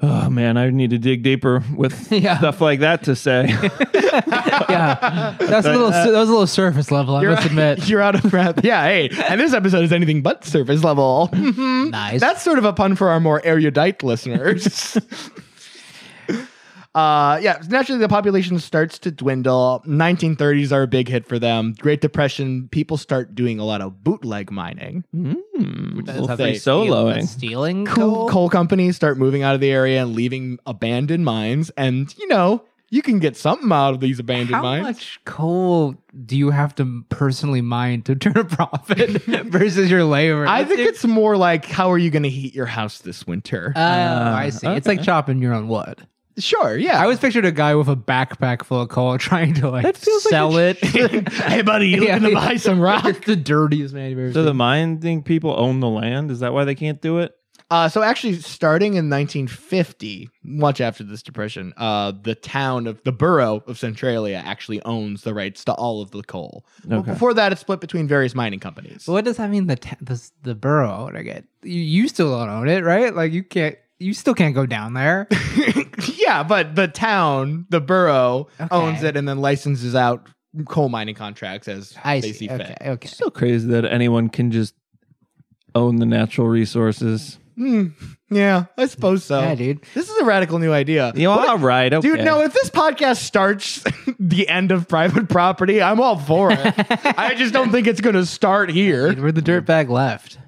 Speaker 4: Oh man, I need to dig deeper with
Speaker 6: Yeah.
Speaker 4: stuff like that to say.
Speaker 6: Yeah. That's a little that was a little surface level, I must admit.
Speaker 5: You're out of breath. Yeah, hey. And this episode is anything but surface level. Mhm.
Speaker 6: nice.
Speaker 5: That's sort of a pun for our more erudite listeners. Uh, yeah, naturally the population starts to dwindle. 1930s are a big hit for them. Great Depression, people start doing a lot of bootleg mining.
Speaker 4: Mm,
Speaker 5: how
Speaker 4: well,
Speaker 5: they
Speaker 4: free
Speaker 5: feel.
Speaker 4: soloing.
Speaker 6: stealing
Speaker 5: Cool
Speaker 6: coal.
Speaker 5: coal companies start moving out of the area and leaving abandoned mines. And you know, you can get something out of these abandoned
Speaker 6: How
Speaker 5: mines.
Speaker 6: much coal do you have to personally mine to turn a profit versus your labor?
Speaker 5: I think it's more like, how are you going to heat your house this winter?
Speaker 6: Oh, I see. It's like chopping your own wood.
Speaker 5: sure, yeah.
Speaker 6: I always pictured a guy with a backpack full of coal trying to like
Speaker 4: feels like
Speaker 6: sell
Speaker 4: it
Speaker 6: it.
Speaker 5: hey, buddy, you
Speaker 6: Yeah.
Speaker 5: looking to buy some rock?
Speaker 6: it's the dirtiest man you've ever
Speaker 4: So
Speaker 6: seen.
Speaker 4: the mining people own the land. Is that why they can't do it?
Speaker 5: Uh, so actually, starting in 1950, much after this depression, uh, the town of the borough of Centralia actually owns the rights to all of the coal. But
Speaker 4: Okay.
Speaker 5: before that, it's split between various mining companies.
Speaker 6: But what does that mean? The t- the the borough owned again? You, you still don't own it, right? Like you can't. You still can't go down there.
Speaker 5: yeah, but the town, the borough,
Speaker 6: Okay.
Speaker 5: owns it and then licenses out coal mining contracts as
Speaker 6: I
Speaker 5: they see,
Speaker 6: see.
Speaker 5: fit.
Speaker 6: Okay. Okay.
Speaker 4: It's still crazy that anyone can just own the natural resources.
Speaker 5: Hmm, yeah, I suppose so.
Speaker 6: Yeah, dude.
Speaker 5: This is a radical new idea.
Speaker 4: You know,
Speaker 5: What-
Speaker 4: all right, okay.
Speaker 5: Dude, no, if this podcast starts the end of private property, I'm all for it. I just don't think it's going to start here.
Speaker 6: Where the dirtbag left?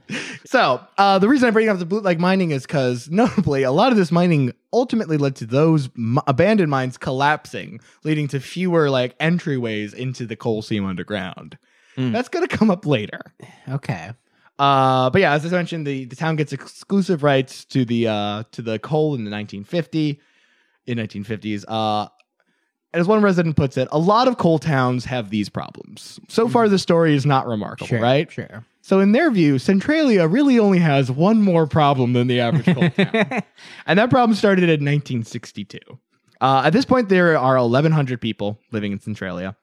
Speaker 5: So, uh, the reason I'm bringing up the bootleg mining is because, notably, a lot of this mining ultimately led to those m- abandoned mines collapsing, leading to fewer like entryways into the coal seam underground. That's going to come up later.
Speaker 6: Okay.
Speaker 5: Uh, but yeah, as I mentioned, the, the town gets exclusive rights to the uh, to the coal in the 1950 in 1950s. Uh, as one resident puts it, a lot of coal towns have these problems. So far, the story is not remarkable,
Speaker 6: Sure.
Speaker 5: right?
Speaker 6: Sure.
Speaker 5: So, in their view, Centralia really only has one more problem than the average coal town, and that problem started in 1962. Uh, at this point, there are 1,100 people living in Centralia.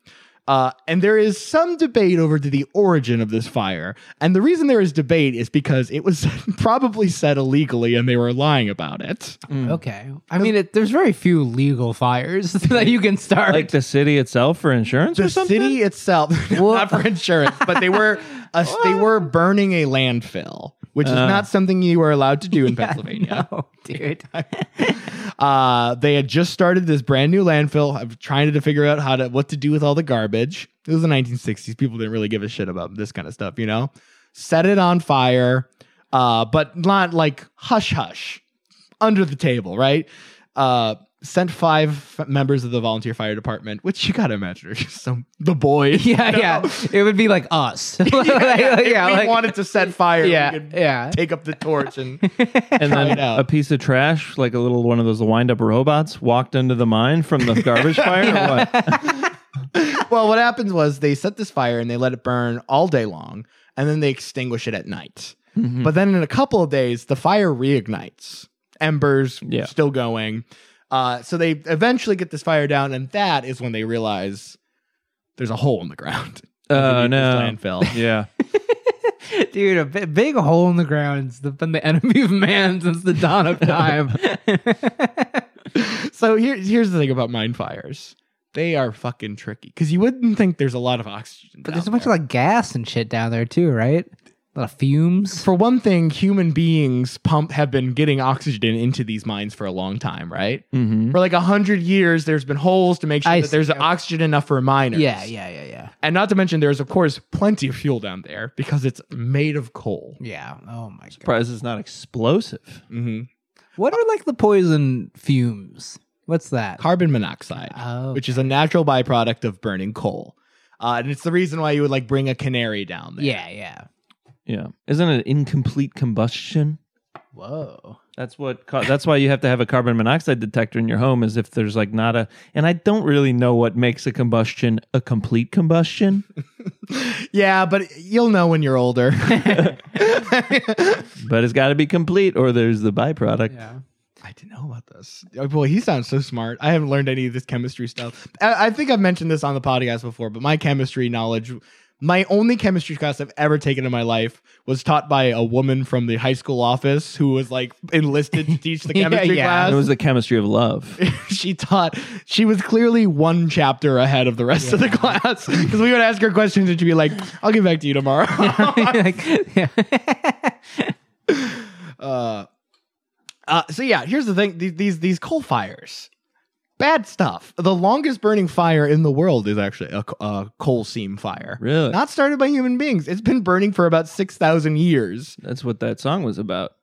Speaker 5: Uh, and there is some debate over to the origin of this fire. And the reason there is debate is because it was probably set illegally and they were lying about it.
Speaker 6: Mm. Okay. I mean, it, there's very few legal fires that you can start.
Speaker 4: like the city itself for insurance or
Speaker 5: The
Speaker 4: something.
Speaker 5: city itself, not for insurance, but they were uh, they were burning a landfill, which is not something you are allowed to do in Pennsylvania.
Speaker 6: no, dude.
Speaker 5: Uh, they had just started this brand new landfill, of trying to figure out how to what to do with all the garbage. It was the 1960s. People didn't really give a shit about this kind of stuff, you know. Set it on fire, uh, but not like hush hush, under the table, right? Uh, sent five f- members of the volunteer fire department, which you gotta imagine are just some the boys.
Speaker 6: Yeah,
Speaker 5: you know?
Speaker 6: yeah. It would be like us. yeah,
Speaker 5: If we wanted to set fire.
Speaker 6: yeah,
Speaker 5: we could
Speaker 6: yeah.
Speaker 5: Take up the torch and
Speaker 4: and then
Speaker 5: it out.
Speaker 4: a piece of trash, like a little one of those wind up robots, walked into the mine from the garbage fire. Or what?
Speaker 5: well, what happens was they set this fire and they let it burn all day long, and then they extinguish it at night.
Speaker 6: Mm-hmm.
Speaker 5: But then in a couple of days, the fire reignites, embers
Speaker 4: Yeah.
Speaker 5: still going. Uh, so they eventually get this fire down, and that is when they realize there's a hole in the ground.
Speaker 4: Oh
Speaker 5: Underneath this
Speaker 4: no!
Speaker 5: landfill.
Speaker 4: Yeah,
Speaker 6: Dude, a bi- big hole in the ground's the- been the enemy of man since the dawn of time.
Speaker 5: so here, here's the thing about mine fires. They are fucking tricky because you wouldn't think there's a lot of oxygen.
Speaker 6: but
Speaker 5: down
Speaker 6: there's a bunch
Speaker 5: there.
Speaker 6: of like gas and shit down there too, right? A lot of fumes.
Speaker 5: for one thing, human beings pump have been getting oxygen into these mines for a long time, right?
Speaker 4: Mhm.
Speaker 5: For like a hundred years, there's been holes to make sure
Speaker 6: Mm-hmm. I
Speaker 5: that there's
Speaker 6: see.
Speaker 5: oxygen enough for miners.
Speaker 6: yeah, yeah, yeah, yeah.
Speaker 5: And not to mention, there's of course plenty of fuel down there because it's made of coal.
Speaker 6: Yeah. Oh my god.
Speaker 4: surprise it's not explosive.
Speaker 5: Mm-hmm.
Speaker 6: What are like the poison fumes? What's that?
Speaker 5: Carbon monoxide,
Speaker 6: Oh,
Speaker 5: which is a natural byproduct of burning coal, uh, and it's the reason why you would like bring a canary down there.
Speaker 6: yeah, yeah.
Speaker 4: Yeah, isn't it incomplete combustion?
Speaker 6: Whoa.
Speaker 4: That's what. Ca- that's why you have to have a carbon monoxide detector in your home, is if there's like not a. And I don't really know what makes a combustion a complete combustion.
Speaker 5: yeah, but you'll know when you're older.
Speaker 4: but it's got to be complete or there's the byproduct.
Speaker 6: Yeah.
Speaker 5: I didn't know about this. Oh, boy, he sounds so smart. I haven't learned any of this chemistry stuff. I, I think I've mentioned this on the podcast before, but my chemistry knowledge, my only chemistry class I've ever taken in my life was taught by a woman from the high school office who was like enlisted to teach the
Speaker 6: Yeah,
Speaker 5: chemistry
Speaker 6: yeah.
Speaker 4: And it
Speaker 5: class.
Speaker 4: was the chemistry of love.
Speaker 5: she taught, she was clearly one chapter ahead of the rest of the class because we would ask her questions and she'd be like, I'll get back to you tomorrow.
Speaker 6: Like, yeah.
Speaker 5: Uh, uh, so yeah, here's the thing: these these, these coal fires, Bad stuff. The longest burning fire in the world is actually a, co- a coal seam fire.
Speaker 4: Really?
Speaker 5: Not started by human beings. It's been burning for about 6,000 years.
Speaker 4: That's what that song was about.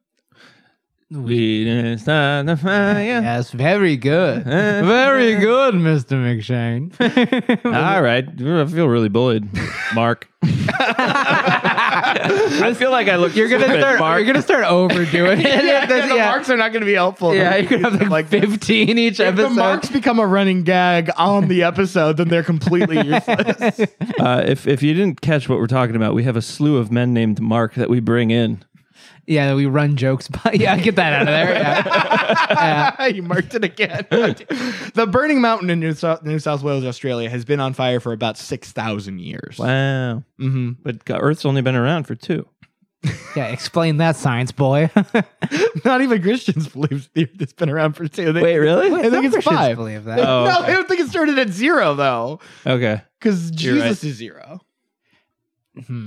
Speaker 4: We didn't start the fire.
Speaker 6: Yes, very good. very good, Mr. McShane.
Speaker 4: All right. I feel really bullied, Mark. I feel like I look.
Speaker 6: You're gonna
Speaker 4: stupid,
Speaker 6: start.
Speaker 4: Mark.
Speaker 6: You're gonna start overdoing it. yeah,
Speaker 5: the marks are not going to be helpful.
Speaker 6: yeah, you're gonna have like,
Speaker 5: Like,
Speaker 6: 15 each
Speaker 5: If the
Speaker 6: episode.
Speaker 5: marks become a running gag on the episode, then they're completely useless.
Speaker 4: Uh, if if you didn't catch what we're talking about, we have a slew of men named Mark that we bring in.
Speaker 6: Yeah, we run jokes. But yeah, get that out of there. Yeah.
Speaker 5: you marked it again. the Burning Mountain in New, South, New South Wales, Australia, has been on fire for about 6,000 years.
Speaker 4: Wow.
Speaker 5: hmm
Speaker 4: But God, Earth's only been around for two.
Speaker 6: yeah, explain that, science boy.
Speaker 5: Not even Christians believe the Earth has been around for two. They-
Speaker 4: really?
Speaker 5: I think it's
Speaker 6: Christians
Speaker 5: five.
Speaker 6: Believe that.
Speaker 4: Oh,
Speaker 5: no,
Speaker 4: okay.
Speaker 5: I don't think it started at zero, though,
Speaker 4: Okay.
Speaker 5: because
Speaker 4: You're
Speaker 5: Jesus
Speaker 4: right.
Speaker 5: is zero.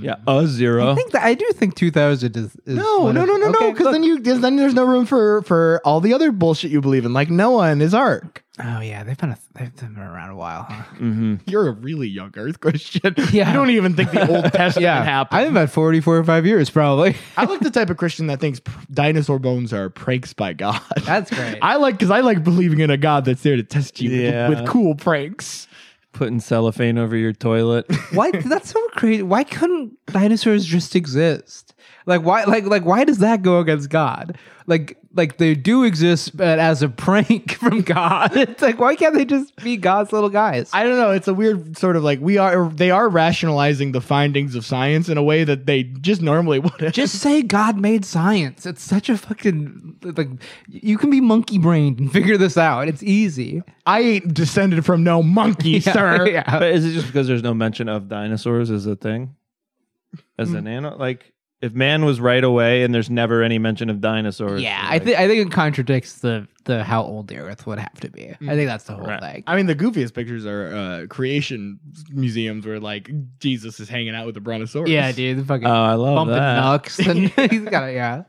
Speaker 4: Yeah. A zero.
Speaker 6: I think that I do think 2000 is, is
Speaker 5: No,
Speaker 6: one
Speaker 5: no,
Speaker 6: of-
Speaker 5: no, no,
Speaker 6: Okay,
Speaker 5: no. Because
Speaker 6: look.
Speaker 5: then you, then there's no room for for all the other bullshit you believe in, like Noah and his ark.
Speaker 6: Oh yeah, they've been a, they've been around a while. Huh?
Speaker 4: hmm
Speaker 5: You're a really young Earth Christian.
Speaker 6: Yeah.
Speaker 5: you don't even think the Old Testament happened.
Speaker 6: I think about 44 or five years probably.
Speaker 5: I like the type of Christian that thinks p- dinosaur bones are pranks by God.
Speaker 6: That's great.
Speaker 5: I like because I like believing in a God that's there to test you with-
Speaker 4: Yeah.
Speaker 5: with, cool pranks.
Speaker 4: Putting cellophane over your toilet.
Speaker 6: why that's so crazy? Why couldn't dinosaurs just exist? Like why like like why does that go against God? Like like they do exist, but as a prank from God. It's like why can't they just be God's little guys?
Speaker 5: I don't know. It's a weird sort of like we are they are rationalizing the findings of science in a way that they just normally wouldn't.
Speaker 6: just say God made science. It's such a fucking like you can be monkey brained and figure this out. It's easy.
Speaker 5: I ain't descended from no monkey, sir.
Speaker 6: Yeah.
Speaker 4: but is it just because there's no mention of dinosaurs as a thing? As an animal? Like, if man was right away and there's never any mention of dinosaurs.
Speaker 6: Yeah,
Speaker 4: like,
Speaker 6: I think I think it contradicts the the how old the Earth would have to be. I think that's the whole
Speaker 4: Right.
Speaker 6: thing.
Speaker 5: I mean, the goofiest pictures are uh, creation museums where like Jesus is hanging out with the brontosaurus.
Speaker 6: yeah, dude, the fucking
Speaker 4: Oh, I love
Speaker 6: bumping
Speaker 4: that.
Speaker 6: knucks and he's got a, yeah.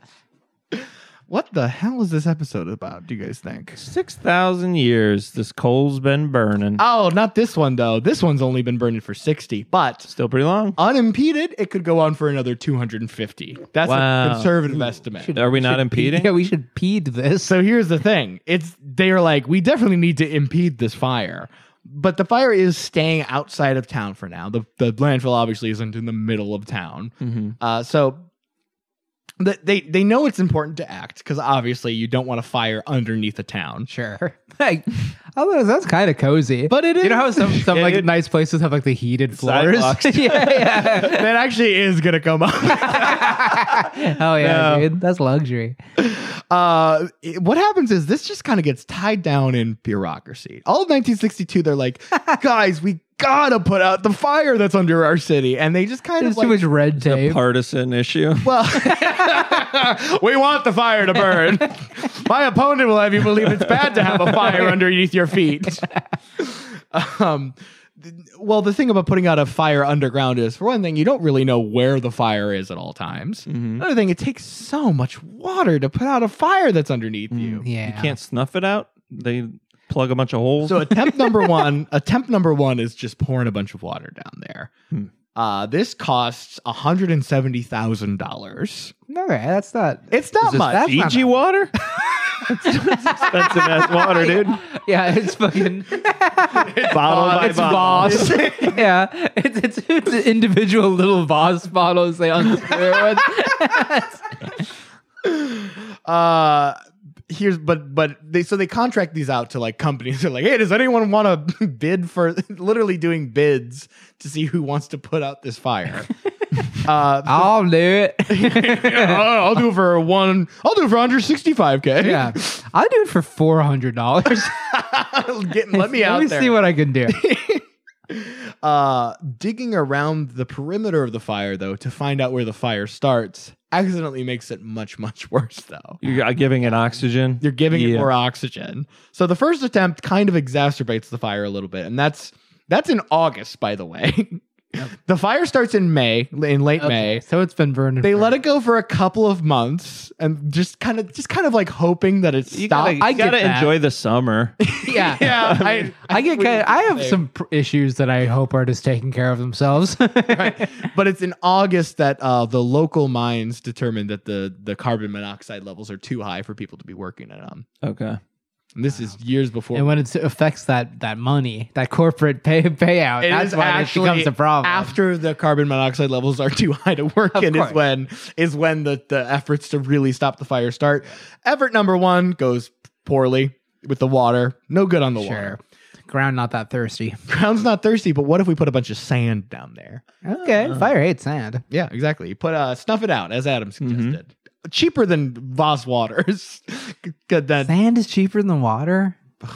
Speaker 5: What the hell is this episode about? Do you guys think?
Speaker 4: 6,000 years this coal's been burning.
Speaker 5: Oh, not this one though. This one's only been burning for sixty, but
Speaker 4: Still pretty long.
Speaker 5: unimpeded, it could go on for another 250. That's a
Speaker 4: Wow.
Speaker 5: conservative estimate.
Speaker 4: Are we not
Speaker 6: Should pee-
Speaker 4: impeding?
Speaker 6: Yeah, we should pede this.
Speaker 5: So here's the thing. It's they are like we definitely need to impede this fire. But the fire is staying outside of town for now. The the landfill obviously isn't in the middle of town.
Speaker 6: Mm-hmm.
Speaker 4: Mhm.
Speaker 5: Uh, so th- they they know it's important to act because obviously you don't want a fire underneath a town.
Speaker 6: sure. Like, although that's kind of cozy.
Speaker 5: But it is
Speaker 6: you know how some some
Speaker 4: Yeah,
Speaker 6: like
Speaker 4: it-
Speaker 6: nice places have like the heated floors.
Speaker 4: Sidewalks.
Speaker 6: yeah,
Speaker 5: that actually is gonna come up.
Speaker 6: yeah. Oh yeah,
Speaker 4: No.
Speaker 6: dude, that's luxury.
Speaker 5: uh, it- what happens is this just kind of gets tied down in bureaucracy. All of 1962, they're like, guys, we gotta put out the fire that's under our city, and they just kind
Speaker 6: There's
Speaker 5: of like,
Speaker 6: too much red tape.
Speaker 4: Partisan issue.
Speaker 5: well, we want the fire to burn. My opponent will have you believe it's bad to have a fire underneath your feet. Um. th- Well, the thing about putting out a fire underground is, for one thing, you don't really know where the fire is at all times. Another thing, it takes so much water to put out a fire that's underneath you.
Speaker 6: yeah,
Speaker 4: You can't snuff it out. They plug a bunch of holes.
Speaker 5: So attempt number one, attempt number one is just pouring a bunch of water down there.
Speaker 4: Hmm.
Speaker 5: Uh, this costs hundred and seventy thousand dollars.
Speaker 6: No, okay, that's not.
Speaker 5: It's not
Speaker 4: Is this
Speaker 5: much.
Speaker 6: that's not
Speaker 4: Fiji
Speaker 6: bad.
Speaker 4: water? That's expensive ass water, dude.
Speaker 6: Yeah, it's fucking.
Speaker 4: Bottle by
Speaker 6: Uh, it's
Speaker 4: bottle.
Speaker 6: Voss. yeah, it's, it's it's individual little Voss bottles they unscrew. it.
Speaker 5: Uh, here's but but they so they contract these out to like companies. They're like, hey, does anyone want to bid for? Literally doing bids to see who wants to put out this fire. uh,
Speaker 6: I'll do it.
Speaker 5: I'll, I'll do it for one. I'll do it for under sixty-five k.
Speaker 6: yeah, I'll do it for four hundred dollars.
Speaker 5: Get, let me out
Speaker 6: Let me
Speaker 5: there.
Speaker 6: see what I can do.
Speaker 5: uh, digging around the perimeter of the fire though to find out where the fire starts accidentally makes it much much worse though
Speaker 4: You're giving it oxygen.
Speaker 5: you're giving it
Speaker 4: Yeah.
Speaker 5: more oxygen so the first attempt kind of exacerbates the fire a little bit and that's that's in august by the way The fire starts in May, in late May.
Speaker 6: So it's been burned.
Speaker 5: They let it go for a couple of months and just kind of, just kind of like hoping that it stopped.
Speaker 4: You gotta, you
Speaker 6: I get
Speaker 4: gotta
Speaker 6: that.
Speaker 4: enjoy the summer.
Speaker 6: Yeah.
Speaker 5: yeah, I,
Speaker 6: I get.
Speaker 5: we-
Speaker 6: Kind of, I have some pr- issues that I hope are just taking care of themselves.
Speaker 5: but it's in August that uh, the local mines determined that the the carbon monoxide levels are too high for people to be working it on.
Speaker 4: Okay.
Speaker 5: And this is years before.
Speaker 6: And when it affects that that money, that corporate pay, payout,
Speaker 5: It
Speaker 6: that's
Speaker 5: is
Speaker 6: why it
Speaker 5: actually
Speaker 6: becomes a problem.
Speaker 5: After the carbon monoxide levels are too high to work
Speaker 6: Of
Speaker 5: in
Speaker 6: course.
Speaker 5: is when is when the, the efforts to really stop the fire start. Effort number one goes poorly with the water. No good on the
Speaker 6: sure,
Speaker 5: water.
Speaker 6: ground not that thirsty.
Speaker 5: Ground's not thirsty, but what if we put a bunch of sand down there?
Speaker 6: Okay, fire hates sand.
Speaker 5: Yeah, exactly. You put uh snuff it out, as Adam
Speaker 6: Mm-hmm.
Speaker 5: suggested. Cheaper than Voss waters. Good that
Speaker 6: Sand is cheaper than water.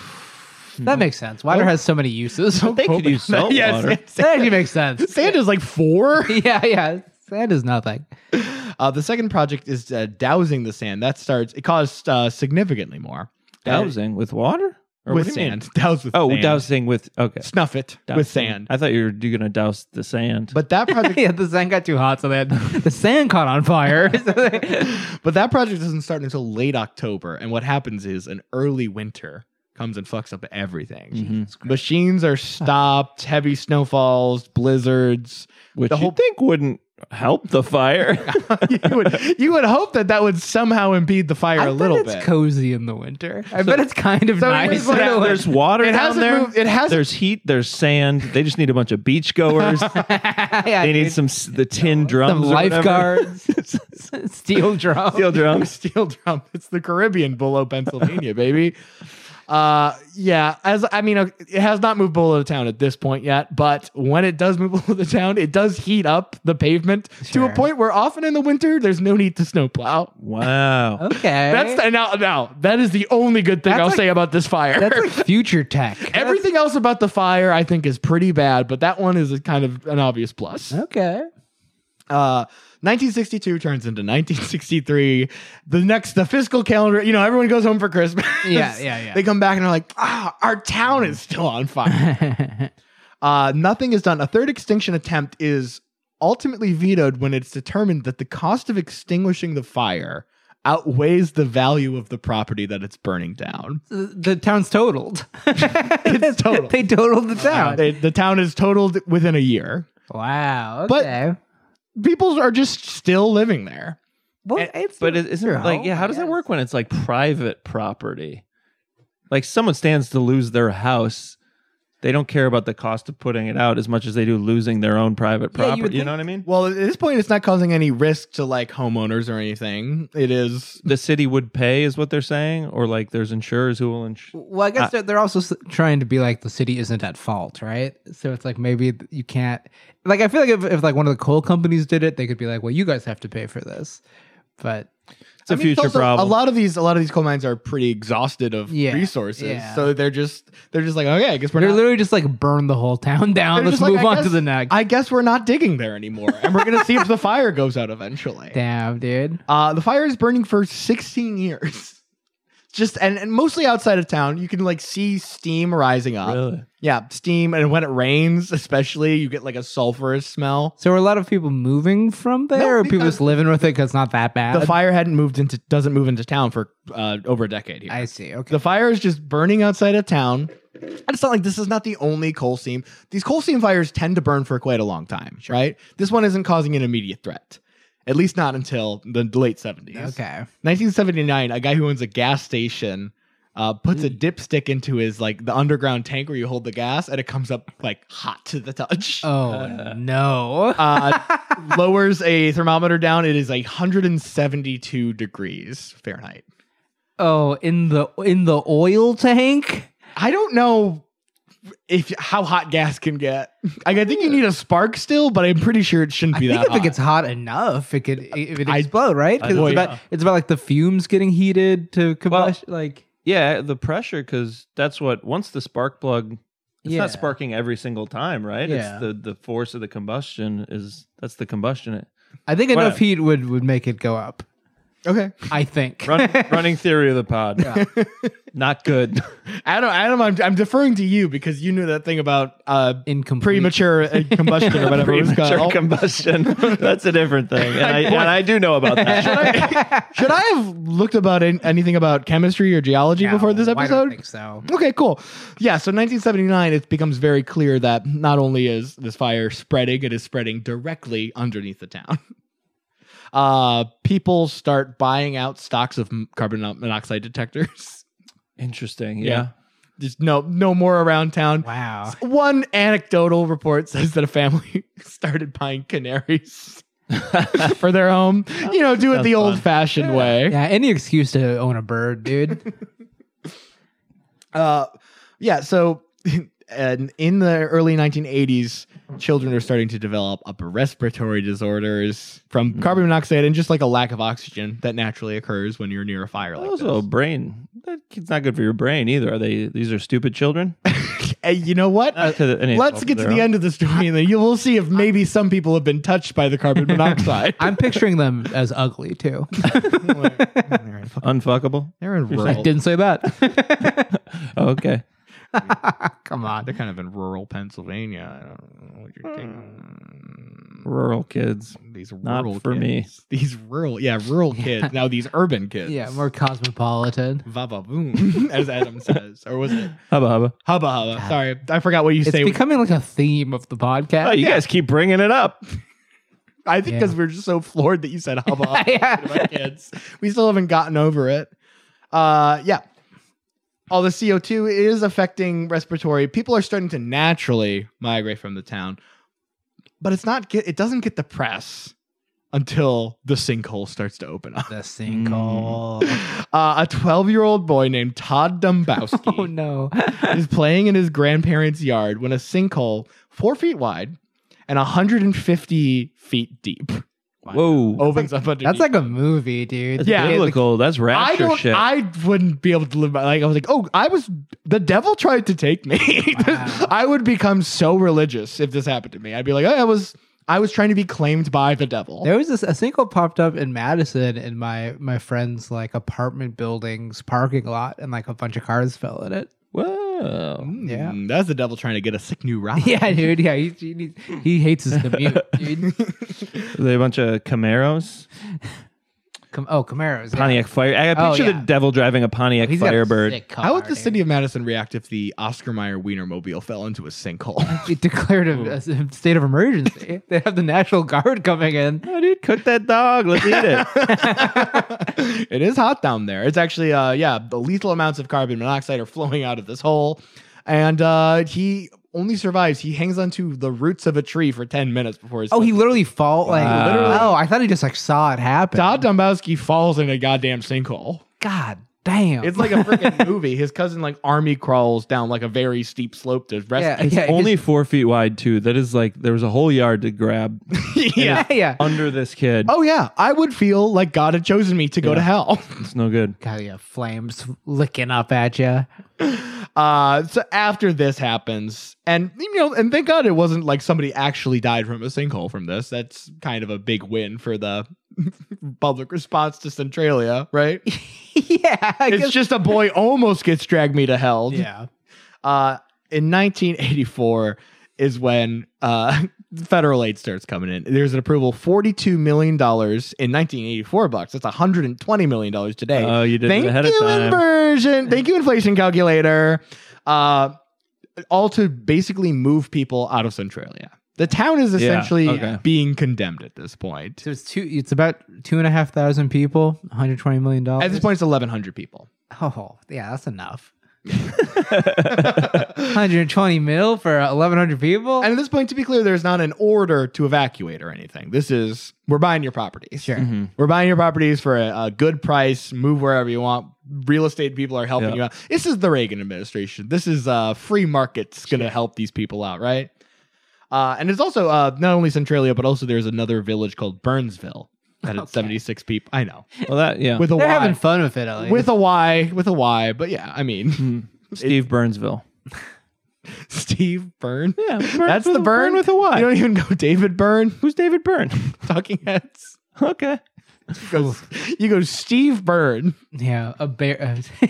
Speaker 6: that makes sense. Water has so many uses.
Speaker 4: They could use salt
Speaker 5: Yes,
Speaker 4: water.
Speaker 5: yes.
Speaker 6: that actually makes sense.
Speaker 5: Sand is like four.
Speaker 6: yeah, yeah. Sand is nothing.
Speaker 5: Uh, the second project is uh, dowsing the sand. That starts. It costs uh, significantly more.
Speaker 4: Dowsing with water? Or
Speaker 5: with
Speaker 4: what do you mean?
Speaker 5: sand. Douse with
Speaker 4: Oh,
Speaker 5: sand.
Speaker 4: dousing with okay.
Speaker 5: Snuff it with
Speaker 4: Dousing.
Speaker 5: sand.
Speaker 4: I thought you were going to douse the sand.
Speaker 5: But that project,
Speaker 6: yeah, the sand got too hot, so they had, the sand caught on fire. So they-
Speaker 5: but that project doesn't start until late October. And what happens is an early winter comes and fucks up everything.
Speaker 4: Mm-hmm.
Speaker 5: Machines are stopped. Heavy snowfalls, blizzards.
Speaker 4: which
Speaker 5: the
Speaker 4: you
Speaker 5: whole-
Speaker 4: think wouldn't help the fire.
Speaker 5: you would you would hope that that would somehow impede the fire
Speaker 6: I
Speaker 5: a
Speaker 6: bet
Speaker 5: little
Speaker 6: it's
Speaker 5: bit.
Speaker 6: cozy in the winter. I bet it's kind of
Speaker 5: so
Speaker 6: nice.
Speaker 5: here's what
Speaker 6: in the
Speaker 5: happened.
Speaker 4: there's water
Speaker 5: It
Speaker 4: down
Speaker 5: hasn't
Speaker 4: there.
Speaker 5: moved- it hasn't-
Speaker 4: There's heat. There's sand. They just need a bunch of beachgoers.
Speaker 6: winter. Yeah,
Speaker 4: they need
Speaker 6: dude.
Speaker 4: some s- the tin drums.
Speaker 6: some
Speaker 4: or whatever.
Speaker 6: lifeguards, steel drums.
Speaker 4: Steel drums.
Speaker 5: Steel drum. It's the Caribbean below Pennsylvania, baby. Uh, yeah. As I mean, uh, it has not moved below the town at this point yet. But when it does move below the town, it does heat up the pavement to
Speaker 6: Sure.
Speaker 5: a point where often in the winter there's no need to snowplow.
Speaker 4: Wow.
Speaker 6: Okay,
Speaker 5: That's the, now now that is the only good thing
Speaker 6: Eh? That's
Speaker 5: I'll
Speaker 6: like-
Speaker 5: say about this fire.
Speaker 6: that's like future tech.
Speaker 5: Everything else about the fire I think is pretty bad, but that one is a kind of an obvious plus.
Speaker 6: okay.
Speaker 5: Uh, 1962 turns into 1963. The next, the fiscal calendar, you know, everyone goes home for Christmas.
Speaker 6: Yeah, yeah, yeah.
Speaker 5: They come back and are like, ah, our town is still on fire. uh, nothing is done. A third extinction attempt is ultimately vetoed when it's determined that the cost of extinguishing the fire outweighs the value of the property that it's burning down.
Speaker 6: The, the town's totaled. it's
Speaker 5: totaled.
Speaker 6: They totaled the
Speaker 4: Uh-huh.
Speaker 6: town.
Speaker 5: They- the town is totaled within a year.
Speaker 6: wow.
Speaker 5: But-
Speaker 6: Okay.
Speaker 5: People are just still living there.
Speaker 6: Well,
Speaker 4: And-
Speaker 6: it's
Speaker 4: but
Speaker 6: your-
Speaker 4: it isn't
Speaker 6: your
Speaker 4: like
Speaker 6: home,
Speaker 4: yeah. How
Speaker 6: I
Speaker 4: does
Speaker 6: guess.
Speaker 4: that work when it's like private property? Like someone stands to lose their house, they don't care about the cost of putting it out as much as they do losing their own private
Speaker 6: Yeah, you would
Speaker 4: property. you
Speaker 6: think-
Speaker 4: know what I mean?
Speaker 5: Well, at this point, it's not causing any risk to like homeowners or anything. It is
Speaker 4: The city would pay, is what they're saying, or like there's insurers who will insure.
Speaker 6: Well, I guess they're, they're also s- trying to be like the city isn't at fault, right? So it's like maybe th- you can't. Like I feel like if, if like one of the coal companies did it, they could be like, "Well, you guys have to pay for this." But
Speaker 4: It's a
Speaker 5: I mean, it's
Speaker 4: future
Speaker 5: also-
Speaker 4: problem.
Speaker 5: A lot of these, a lot of these coal mines are pretty exhausted of
Speaker 6: Yeah,
Speaker 5: resources,
Speaker 6: yeah.
Speaker 5: so they're just they're just like, okay, I guess we're
Speaker 6: they're
Speaker 5: not.
Speaker 6: literally just like burn the whole town
Speaker 5: they're
Speaker 6: down. Let's
Speaker 5: just like,
Speaker 6: move
Speaker 5: I
Speaker 6: on to
Speaker 5: guess-
Speaker 6: the next.
Speaker 5: I guess we're not digging there anymore, and we're gonna see if the fire goes out eventually.
Speaker 6: Damn, dude.
Speaker 5: Uh, the fire is burning for 16 years. Just and, and mostly outside of town, you can like see steam rising up.
Speaker 4: Really?
Speaker 5: Yeah, steam, and when it rains, especially, you get like a sulfurous smell.
Speaker 6: So are a lot of people moving from there,
Speaker 5: No,
Speaker 6: or people
Speaker 5: because-
Speaker 6: just living with it because it's not that bad?
Speaker 5: The fire hadn't moved into doesn't move into town for uh, over a decade here.
Speaker 6: I see. Okay.
Speaker 5: The fire is just burning outside of town. And it's not like this is not the only coal seam. These coal seam fires tend to burn for quite a long time, right? This one isn't causing an immediate threat, at least not until the late 70s.
Speaker 6: okay.
Speaker 5: 1979, a guy who owns a gas station uh, puts
Speaker 6: Mm.
Speaker 5: a dipstick into his, like, the underground tank where you hold the gas, and it comes up, like, hot to the touch.
Speaker 6: Oh no.
Speaker 5: Uh, lowers a thermometer down. It is 172 degrees Fahrenheit.
Speaker 6: oh, in the in the oil tank.
Speaker 5: I don't know if how hot gas can get. Like, I think you need a spark still, but I'm pretty sure it shouldn't
Speaker 6: I
Speaker 5: be
Speaker 6: think
Speaker 5: that
Speaker 6: if it
Speaker 5: hot.
Speaker 6: gets hot enough, it could it would
Speaker 5: I-
Speaker 6: explode, right? 'Cause
Speaker 5: well,
Speaker 6: it's about
Speaker 5: yeah.
Speaker 6: it's about like the fumes getting heated to combustion. like
Speaker 4: yeah, the pressure because that's what once the spark plug. It's
Speaker 6: Yeah.
Speaker 4: not sparking every single time, right?
Speaker 6: Yeah.
Speaker 4: It's the the force of the combustion is that's the combustion.
Speaker 6: I think
Speaker 4: Well-
Speaker 6: enough heat would would make it go up.
Speaker 5: Okay.
Speaker 6: I think.
Speaker 4: Run, running theory of the pod. Not good.
Speaker 5: Adam, Adam, I'm, I'm deferring to you because you knew that thing about uh,
Speaker 6: Incomplete.
Speaker 5: premature uh, combustion or whatever it was
Speaker 4: Premature
Speaker 5: called.
Speaker 4: combustion. That's a different thing. And I, and I do know about that.
Speaker 5: Should I have looked about an- anything about chemistry or geology
Speaker 6: No,
Speaker 5: before this
Speaker 6: I don't
Speaker 5: episode?
Speaker 6: think so.
Speaker 5: Okay, cool. Yeah, so 1979, it becomes very clear that not only is this fire spreading, it is spreading directly underneath the town. Uh, people start buying out stocks of m- carbon monoxide detectors.
Speaker 4: Interesting.
Speaker 5: Yeah.
Speaker 4: Yeah.
Speaker 5: There's no no more around town.
Speaker 6: Wow.
Speaker 5: One anecdotal report says that a family started buying canaries for their home. You know, do it
Speaker 4: Sounds
Speaker 5: the
Speaker 4: fun.
Speaker 5: old fashioned way.
Speaker 6: Yeah, any excuse to own a bird, dude.
Speaker 5: Uh, yeah. So, and in the early 1980s, children are starting to develop upper respiratory disorders from
Speaker 4: Hmm.
Speaker 5: carbon monoxide and just like a lack of oxygen that naturally occurs when you're near a fire like
Speaker 4: also,
Speaker 5: this.
Speaker 4: brain. That kid's not good for your brain either. Are they? These are stupid children.
Speaker 5: And you know what?
Speaker 4: Not to any
Speaker 5: Let's
Speaker 4: fault
Speaker 5: get
Speaker 4: of
Speaker 5: to
Speaker 4: their
Speaker 5: the
Speaker 4: own.
Speaker 5: end of the story, and then you will see if maybe some people have been touched by the carbon monoxide.
Speaker 6: I'm picturing them as ugly too.
Speaker 4: Unfuckable.
Speaker 5: They're in
Speaker 6: I
Speaker 5: rural.
Speaker 6: didn't say that.
Speaker 4: Okay.
Speaker 6: Come on.
Speaker 5: They're kind of in rural Pennsylvania. I don't know what
Speaker 4: Hmm.
Speaker 5: you're thinking.
Speaker 4: Rural kids.
Speaker 5: These
Speaker 4: Not
Speaker 5: rural
Speaker 4: for
Speaker 5: kids.
Speaker 4: me.
Speaker 5: These rural, yeah, rural kids. Now these urban kids.
Speaker 6: Yeah, more cosmopolitan.
Speaker 5: Vava boom, as Adam says, or was it
Speaker 4: Hubba hubba.
Speaker 5: hubba hubba? Sorry, I forgot what you
Speaker 6: It's
Speaker 5: say.
Speaker 6: becoming like a theme of the podcast.
Speaker 4: Oh, you guys keep bringing it up.
Speaker 5: I think
Speaker 6: Yeah.
Speaker 5: because we were just so floored that you said hubba hubba to my kids. We still haven't gotten over it. Uh, yeah. All the CO two is affecting respiratory. People are starting to naturally migrate from the town, but it's not get. It doesn't get the press until the sinkhole starts to open up.
Speaker 6: The sinkhole.
Speaker 5: Uh, a twelve year old boy named Todd Dombowski.
Speaker 6: Oh no.
Speaker 5: is playing in his grandparents' yard when a sinkhole four feet wide and 150 feet deep
Speaker 4: Whoa.
Speaker 5: opens up underneath.
Speaker 6: That's like a movie, dude.
Speaker 5: Oh, Yeah.
Speaker 4: Biblical. That's
Speaker 5: I
Speaker 4: rapture
Speaker 5: don't.
Speaker 4: shit.
Speaker 5: I wouldn't be able to live. My, like I was like, oh, I was. The devil tried to take me.
Speaker 6: Wow.
Speaker 5: I would become so religious if this happened to me. I'd be like, oh, I was. I was trying to be claimed by the devil.
Speaker 6: There was this a sinkhole popped up in Madison in my my friend's like apartment building's parking lot and like a bunch of cars fell in it.
Speaker 4: Whoa.
Speaker 6: yeah.
Speaker 5: Mm, that's the devil trying to get a sick new ride.
Speaker 6: Yeah, dude. Yeah, he he, needs- he hates his commute, dude.
Speaker 4: Are they a bunch of Camaros?
Speaker 6: Com- oh, Camaros. yeah.
Speaker 4: Pontiac Fire. I
Speaker 6: Oh,
Speaker 4: picture
Speaker 6: yeah.
Speaker 4: the devil driving a Pontiac
Speaker 6: He's got a
Speaker 4: Firebird.
Speaker 6: sick car,
Speaker 5: How would the
Speaker 6: dude.
Speaker 5: city of Madison react if the Oscar Mayer Wienermobile fell into a sinkhole?
Speaker 6: It declared a, a state of emergency. they have the National Guard coming in.
Speaker 4: Oh, dude, cook that dog. Let's eat it.
Speaker 5: it is hot down there. It's actually, uh, yeah, the lethal amounts of carbon monoxide are flowing out of this hole. And uh, he only survives. He hangs onto the roots of a tree for 10 minutes before his.
Speaker 6: Oh, he literally fall like
Speaker 4: Wow.
Speaker 6: literally. Oh, I thought he just like saw it happen.
Speaker 5: Todd Dombowski falls in a goddamn sinkhole.
Speaker 6: God damn!
Speaker 5: It's like a freaking movie. His cousin, like, army crawls down like a very steep slope to rescue.
Speaker 4: It's
Speaker 6: Yeah, it
Speaker 4: only four feet wide, too. That is like there was a whole yard to grab
Speaker 6: yeah, yeah.
Speaker 4: under this kid.
Speaker 5: Oh, yeah. I would feel like God had chosen me to go
Speaker 4: Yeah.
Speaker 5: to hell.
Speaker 4: It's no good.
Speaker 6: God, yeah, flames licking up at you.
Speaker 5: Uh, so after this happens, and you know, and thank God it wasn't like somebody actually died from a sinkhole from this. That's kind of a big win for the public response to Centralia, right?
Speaker 6: yeah, I
Speaker 5: It's
Speaker 6: guess-
Speaker 5: just a boy almost gets dragged me to hell.
Speaker 6: yeah.
Speaker 5: Uh, in 1984 is when uh, federal aid starts coming in. There's an approval $42 million in 1984 bucks. That's $120 million today.
Speaker 4: Oh, you did it
Speaker 5: Thank
Speaker 4: ahead of
Speaker 5: you,
Speaker 4: time.
Speaker 5: inversion. Thank you, inflation calculator. Uh, all to basically move people out of Centralia. The town is essentially
Speaker 4: okay.
Speaker 5: being condemned at this point.
Speaker 6: So it's two. It's about two and a half thousand people. One hundred twenty million dollars.
Speaker 5: At this point, it's 1,100 people.
Speaker 6: oh yeah, that's enough. One hundred twenty mil for eleven hundred people.
Speaker 5: And at this point, to be clear, there's not an order to evacuate or anything. This is we're buying your properties.
Speaker 6: Sure.
Speaker 5: We're buying your properties for a, a good price. Move wherever you want. Real estate people are helping
Speaker 4: Yeah.
Speaker 5: you out. This is the Reagan administration. This is uh, free markets going to help these people out, right? Uh, and it's also uh, not only Centralia, but also there's another village called Burnsville that had 76 people. I know
Speaker 4: Well, that, yeah.
Speaker 5: with a
Speaker 6: They're
Speaker 5: Y,
Speaker 6: having fun with it. At least.
Speaker 5: with a Y, with a Y. But yeah, I mean
Speaker 4: Steve Burnsville.
Speaker 5: Steve Byrne.
Speaker 4: Yeah.
Speaker 5: That's the Byrne
Speaker 4: with a Y.
Speaker 5: You don't even know David Byrne,
Speaker 4: Who's David Byrne?
Speaker 5: Talking Heads.
Speaker 4: okay.
Speaker 5: You go, you go Steve Byrne.
Speaker 6: Yeah, a bear. Uh,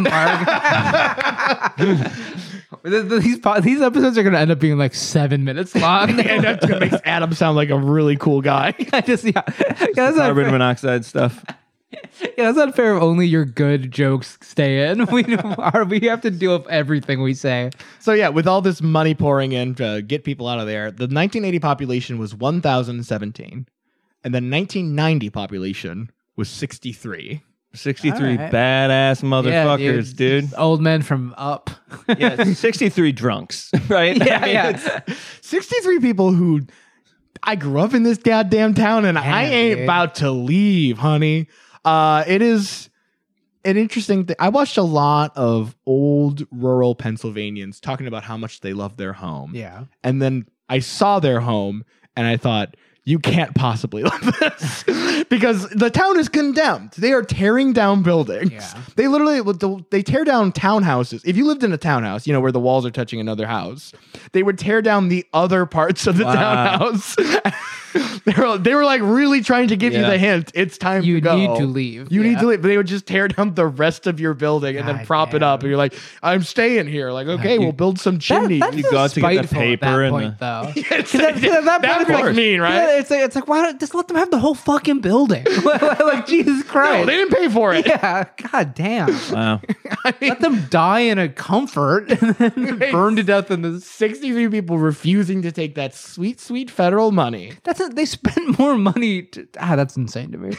Speaker 6: Mark. Th- th- these po- these episodes are going to end up being like seven minutes long.
Speaker 5: And that's what makes Adam sound like a really cool guy.
Speaker 6: I just yeah, yeah that's, not
Speaker 4: Carbon
Speaker 6: fair.
Speaker 4: monoxide stuff.
Speaker 6: yeah, that's not fair. If only your good jokes stay in. We are we have to deal with everything we say.
Speaker 5: So yeah, with all this money pouring in to get people out of there, the 1980 population was 1,017, and the 1990 population was 63.
Speaker 4: 63
Speaker 6: All right.
Speaker 4: badass
Speaker 6: Yeah,
Speaker 4: motherfuckers, dude. Oh,
Speaker 6: Old men from up.
Speaker 4: Yeah, 63 drunks, right? I
Speaker 6: yeah,
Speaker 4: mean, it's-
Speaker 6: yeah.
Speaker 5: 63 people who I grew up in this goddamn town and I
Speaker 6: Damn,
Speaker 5: ain't
Speaker 6: dude.
Speaker 5: about to leave, honey. Uh, it is an interesting thing. I watched a lot of old rural Pennsylvanians talking about how much they love their home.
Speaker 6: yeah.
Speaker 5: And then I saw their home and I thought, you can't possibly love this because the town is condemned. They are tearing down buildings.
Speaker 6: Yeah.
Speaker 5: They literally they tear down townhouses. If you lived in a townhouse, you know where the walls are touching another house, they would tear down the other parts of the townhouse. they were they were like really trying to give you
Speaker 4: Yeah.
Speaker 5: the hint. It's time
Speaker 6: You
Speaker 5: to go.
Speaker 6: need to leave.
Speaker 5: You need
Speaker 6: Yeah.
Speaker 5: to leave. But they would just tear down the rest of your building and then
Speaker 6: God
Speaker 5: prop it up.
Speaker 6: damn.
Speaker 5: And you're like, I'm staying here. Like, okay,
Speaker 6: you-
Speaker 5: we'll build some chimneys.
Speaker 6: That,
Speaker 4: You go out to get the paper
Speaker 6: at that
Speaker 4: and
Speaker 6: point, though.
Speaker 5: It's-
Speaker 6: 'Cause that- 'cause at that
Speaker 5: that
Speaker 6: point,
Speaker 5: was
Speaker 6: it's like-
Speaker 5: mean, right?
Speaker 6: Yeah, it's like it's like why don't just let them have the whole fucking building? like Jesus
Speaker 5: No,
Speaker 6: Christ.
Speaker 5: they didn't pay for it.
Speaker 6: yeah, god damn.
Speaker 4: wow.
Speaker 6: let them die in a comfort and then burn to death in the
Speaker 5: 63 people refusing to take that sweet, sweet federal money.
Speaker 6: That's a, they spent more money to, ah that's insane to me.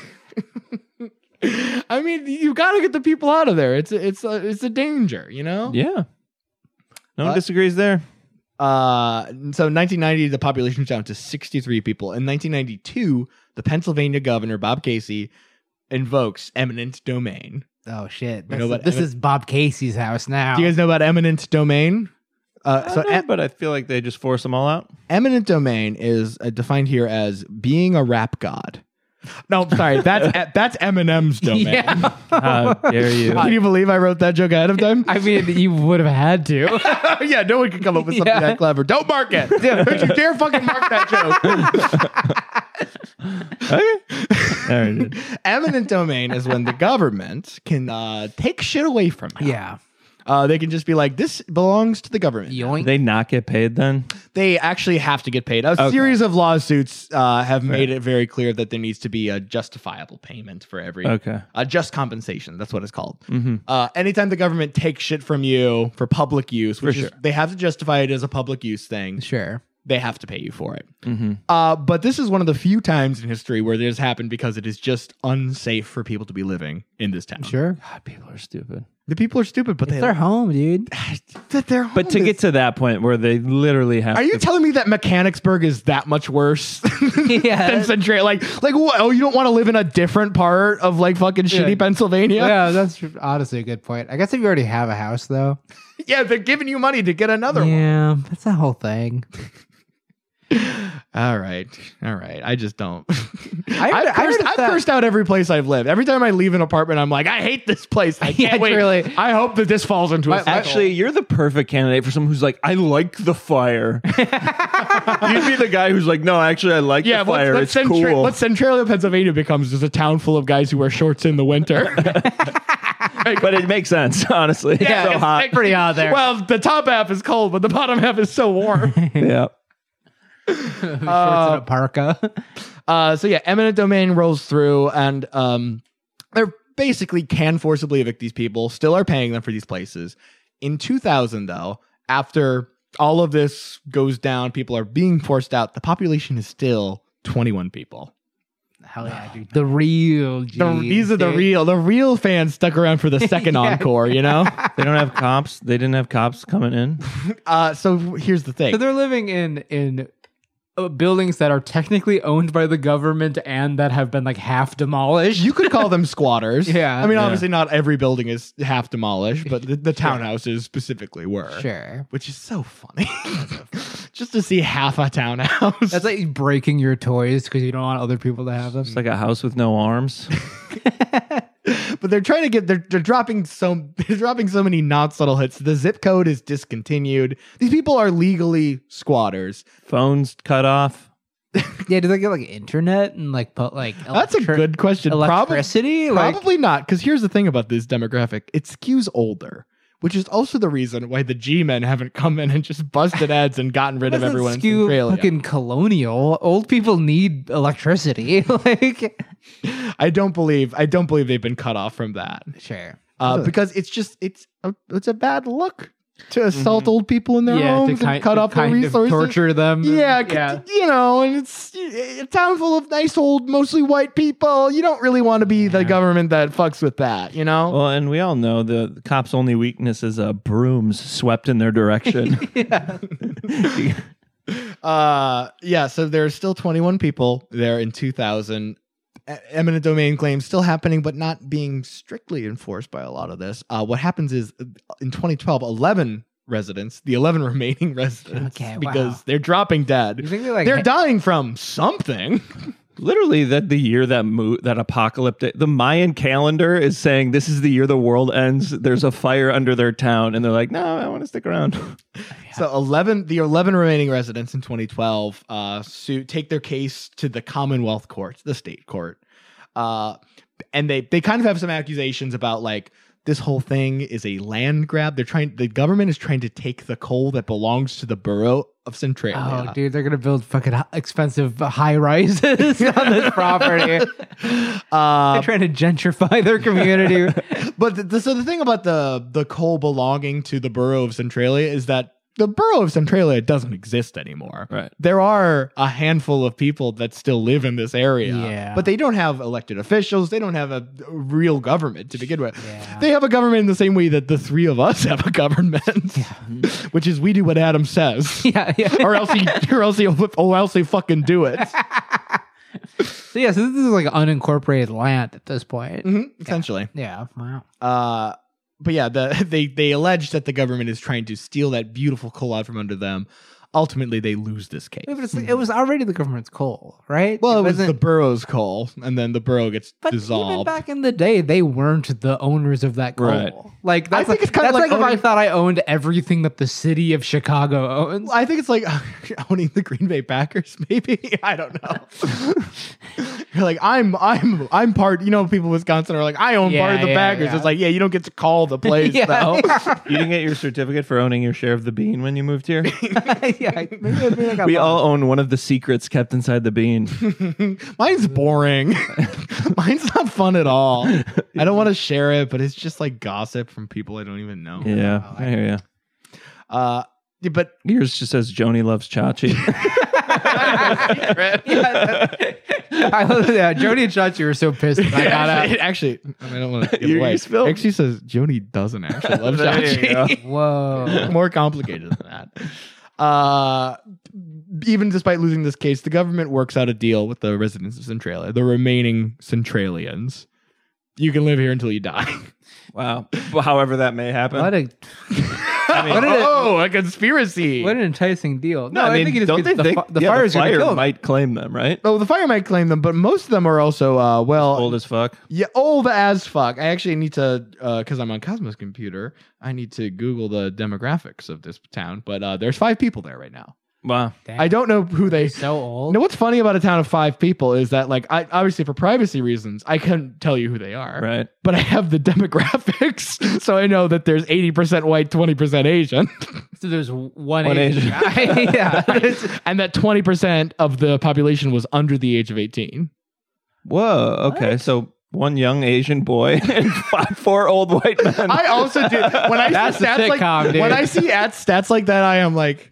Speaker 5: I mean, you got to get the people out of there. It's a, it's a, it's a danger, you know?
Speaker 4: Yeah. No one disagrees there.
Speaker 5: Uh, so 1990, the population was down to 63 people. In 1992, the Pennsylvania governor, Bob Casey, invokes eminent domain.
Speaker 6: Oh shit.
Speaker 5: know what,
Speaker 6: this
Speaker 5: Emmett-
Speaker 6: is Bob Casey's house now.
Speaker 5: Do you guys know about eminent domain? Uh,
Speaker 4: I
Speaker 5: so
Speaker 4: don't know,
Speaker 5: em-
Speaker 4: but I feel like they just force them all out.
Speaker 5: eminent domain is uh, defined here as being a rap god. No, sorry, that's E, that's Eminem's domain.
Speaker 6: yeah.
Speaker 4: How dare you?
Speaker 5: Can you believe I wrote that joke ahead of time?
Speaker 6: I mean, you would have had to.
Speaker 5: yeah, no one could come up with something
Speaker 6: Yeah.
Speaker 5: that clever. Don't mark it. Don't you dare fucking mark that joke.
Speaker 4: okay. There it is.
Speaker 5: Eminent domain is when the government can uh, take shit away from you.
Speaker 6: Yeah.
Speaker 5: Uh, they can just be like, this belongs to the government.
Speaker 6: Yoink.
Speaker 4: They not get paid then?
Speaker 5: They actually have to get paid. A series of lawsuits uh, have made it very clear that there needs to be a justifiable payment for every.
Speaker 4: Okay.
Speaker 5: A Uh, just compensation. That's what it's called.
Speaker 6: Mm-hmm.
Speaker 5: Uh, anytime the government takes shit from you for public use, which is,
Speaker 4: sure.
Speaker 5: they have to justify it as a public use thing.
Speaker 6: sure.
Speaker 5: they have to pay you for it.
Speaker 6: Mm-hmm.
Speaker 5: Uh, but this is one of the few times in history where this happened because it is just unsafe for people to be living in this town.
Speaker 6: Sure.
Speaker 4: God, people are stupid.
Speaker 5: The people are stupid, but they
Speaker 6: They're home, dude.
Speaker 5: that they're
Speaker 4: But to
Speaker 5: homeless.
Speaker 4: get to that point where they literally have
Speaker 5: are you
Speaker 4: to
Speaker 5: telling me that Mechanicsburg is that much worse
Speaker 6: Yeah.
Speaker 5: than Centralia? Like, like what? Oh, you don't want to live in a different part of like fucking
Speaker 6: Yeah.
Speaker 5: shitty Pennsylvania?
Speaker 6: Yeah, that's honestly a good point. I guess if you already have a house, though.
Speaker 5: Yeah, they're giving you money to get another one.
Speaker 6: Yeah, that's that whole thing.
Speaker 5: All right, all right. I just don't.
Speaker 6: I
Speaker 5: I,
Speaker 6: heard-
Speaker 5: have
Speaker 6: I heard
Speaker 5: cursed,
Speaker 6: it's
Speaker 5: I've
Speaker 6: that-
Speaker 5: cursed out every place I've lived. Every time I leave an apartment, I'm like, I hate this place. I
Speaker 6: Yeah,
Speaker 5: can't wait.
Speaker 6: truly.
Speaker 5: I hope that this falls into a
Speaker 6: My- my-
Speaker 5: cycle.
Speaker 4: Actually, you're the perfect candidate for someone who's like, I like the fire. You'd be the guy who's like, no, actually, I like
Speaker 5: Yeah,
Speaker 4: the
Speaker 5: let's,
Speaker 4: fire.
Speaker 5: let's,
Speaker 4: it's
Speaker 5: Centra-
Speaker 4: cool.
Speaker 5: what Centralia, Pennsylvania becomes is a town full of guys who wear shorts in the winter.
Speaker 4: but it makes sense, honestly.
Speaker 5: Yeah,
Speaker 4: it's so
Speaker 5: it's
Speaker 4: hot.
Speaker 5: like-
Speaker 6: Pretty out there.
Speaker 5: well, the top half is cold, but the bottom half is so warm.
Speaker 4: yeah.
Speaker 6: Shorts and a parka.
Speaker 5: uh, so yeah, eminent domain rolls through, and um, they're basically can forcibly evict these people. Still are paying them for these places. In 2000, though, after all of this goes down, people are being forced out. The population is still 21 people.
Speaker 6: Hell yeah, dude. The real G's,
Speaker 5: The- these are the
Speaker 6: dude.
Speaker 5: real, the real fans stuck around for the second encore. You know.
Speaker 4: They don't have cops. They didn't have cops coming in.
Speaker 5: Uh, so here's the thing.
Speaker 6: So they're living in in uh, buildings that are technically owned by the government and that have been like half demolished.
Speaker 5: You could call them squatters.
Speaker 6: Yeah.
Speaker 5: I mean,
Speaker 4: Yeah.
Speaker 5: obviously, not every building is half demolished, but the, the townhouses specifically were.
Speaker 6: sure.
Speaker 5: Which is so funny. Just to see half a townhouse.
Speaker 6: That's like breaking your toys because you don't want other people to have them.
Speaker 4: It's like a house with no arms.
Speaker 5: but they're trying to get they're, they're dropping so they're dropping so many not subtle hits. The zip code is discontinued. These people are legally squatters.
Speaker 4: Phones cut off.
Speaker 6: Yeah, do they get like internet and like put like
Speaker 5: That's a
Speaker 6: electri-
Speaker 5: good question. Prob-
Speaker 6: electricity? like,
Speaker 5: Probably not, because here's the thing about this demographic: it skews older, which is also the reason why the G-men haven't come in and just busted ads and gotten rid of
Speaker 6: doesn't
Speaker 5: everyone in
Speaker 6: skew
Speaker 5: Centralia.
Speaker 6: fucking colonial. Old people need electricity. like
Speaker 5: I don't believe I don't believe they've been cut off from that
Speaker 6: sure.
Speaker 5: uh, because it's just it's a, it's a bad look
Speaker 6: Mm-hmm.
Speaker 5: to assault old people in their homes and cut off their resources.
Speaker 6: torture them.
Speaker 5: Yeah, c- you know, and it's eh, a town full of nice old, mostly white people. You don't really want to be the government that fucks with that, you know.
Speaker 4: Well, and we all know the, the cops' only weakness is uh, brooms swept in their direction.
Speaker 5: Uh, yeah. So there are still 21 people there in 2000. E- Eminent domain claims still happening, but not being strictly enforced by a lot of this. Uh, what happens is uh, in 2012, 11 residents, the 11 remaining residents,
Speaker 6: Okay, wow.
Speaker 5: because they're dropping
Speaker 6: You
Speaker 5: dead.
Speaker 6: think they like
Speaker 5: They're dying from something.
Speaker 4: Literally, that the year that mo- that apocalyptic the Mayan calendar is saying this is the year the world ends. There's a fire under their town, and they're like, "No, I want to stick around."
Speaker 5: So 11, the 11 remaining residents in 2012 uh, sue, take their case to the Commonwealth Court, the state court. Uh, and they, they kind of have some accusations about like this whole thing is a land grab. They're trying, the government is trying to take the coal that belongs to the borough of
Speaker 6: Oh,
Speaker 5: Centralia.
Speaker 6: dude, they're gonna build fucking hi- expensive uh, high rises on this property. Um,
Speaker 5: Uh,
Speaker 6: they're trying to gentrify their community.
Speaker 5: but the, the, so the thing about the, the coal belonging to the borough of Centralia is that the borough of Centralia doesn't exist anymore.
Speaker 4: right.
Speaker 5: there are a handful of people that still live in this area.
Speaker 6: Yeah.
Speaker 5: But they don't have elected officials. They don't have a real government to begin with.
Speaker 6: Yeah.
Speaker 5: They have a government in the same way that the three of us have a government, which is we do what Adam says.
Speaker 6: yeah, yeah.
Speaker 5: or else he, or else he, or else he fucking do it.
Speaker 6: So yeah, so this is like unincorporated land at this point.
Speaker 5: Mhm, essentially.
Speaker 6: Yeah. Wow.
Speaker 5: Uh, but yeah, the, they they allege that the government is trying to steal that beautiful coal out from under them. Ultimately, they lose this case.
Speaker 6: Yeah, but it's like- it was already the government's coal, right?
Speaker 5: Well, it was
Speaker 6: wasn't-
Speaker 5: the borough's coal, and then the borough gets
Speaker 6: But even
Speaker 5: dissolved.
Speaker 6: back in the day, they weren't the owners of that coal.
Speaker 4: Right.
Speaker 6: Like that's
Speaker 5: think
Speaker 6: like,
Speaker 5: it's kinda
Speaker 6: that's
Speaker 5: like
Speaker 6: like, if I
Speaker 5: owning-
Speaker 6: thought I owned everything that the city of Chicago owns.
Speaker 5: Well, I think it's like owning the Green Bay Packers, maybe. I don't know. You're like, I'm I'm I'm part you know, people in Wisconsin are like, I own part of
Speaker 6: Yeah,
Speaker 5: the
Speaker 6: yeah,
Speaker 5: Packers.
Speaker 6: yeah.
Speaker 5: It's like, yeah, you don't get to call the plays
Speaker 6: Yeah,
Speaker 5: though.
Speaker 4: You didn't get your certificate for owning your share of the bean when you moved here.
Speaker 6: yeah, maybe, maybe I got
Speaker 4: we
Speaker 6: lost.
Speaker 4: all own one of the secrets kept inside the bean.
Speaker 5: Mine's boring. Mine's not fun at all. I don't want to share it, but it's just like gossip from people I don't even know.
Speaker 4: yeah, I hear
Speaker 5: Uh yeah, but
Speaker 4: you. Yours just says Joni loves Chachi.
Speaker 6: I love that. Jody and Chachi were so pissed. That I got out.
Speaker 5: it actually I, mean, I don't want to give
Speaker 4: You-
Speaker 5: away.
Speaker 4: you spilled-
Speaker 5: Actually says Joni doesn't actually love Chachi.
Speaker 6: Whoa.
Speaker 5: more complicated than that. Uh, even despite losing this case, the government works out a deal with the residents of Centralia, the remaining Centralians. You can live here until you die.
Speaker 4: Wow. Well, however that may happen.
Speaker 6: What a
Speaker 4: I mean,
Speaker 6: what a-
Speaker 5: oh, a conspiracy!
Speaker 6: what an enticing deal.
Speaker 4: no, I, mean,
Speaker 6: it is
Speaker 4: don't they
Speaker 6: because
Speaker 4: think
Speaker 6: fi- the
Speaker 4: yeah,
Speaker 6: fire is going to
Speaker 4: fire
Speaker 6: kill them.
Speaker 4: might claim them, right?
Speaker 5: oh, the fire might claim them, but most of them are also uh, well,
Speaker 4: Old as fuck.
Speaker 5: yeah, old as fuck. I actually need to because I'm on Cosmos computer. I need to Google the demographics of this town, but uh, there's five people there right now.
Speaker 4: Wow.
Speaker 5: I don't know who they
Speaker 6: so old.
Speaker 5: Now, what's funny about a town of five people is that, like, I obviously for privacy reasons, I couldn't tell you who they are,
Speaker 4: Right.
Speaker 5: but I have the demographics, so I know that there's eighty percent white, twenty percent Asian,
Speaker 6: So there's one,
Speaker 4: One Asian.
Speaker 6: Asian guy. yeah.
Speaker 5: and that twenty percent of the population was under the age of eighteen.
Speaker 4: Whoa. Okay. So one young Asian boy and five, four old white men.
Speaker 5: I also do when I
Speaker 6: That's
Speaker 5: see
Speaker 6: a
Speaker 5: stats
Speaker 6: sitcom,
Speaker 5: like
Speaker 6: dude.
Speaker 5: when I see at stats like that, I am like.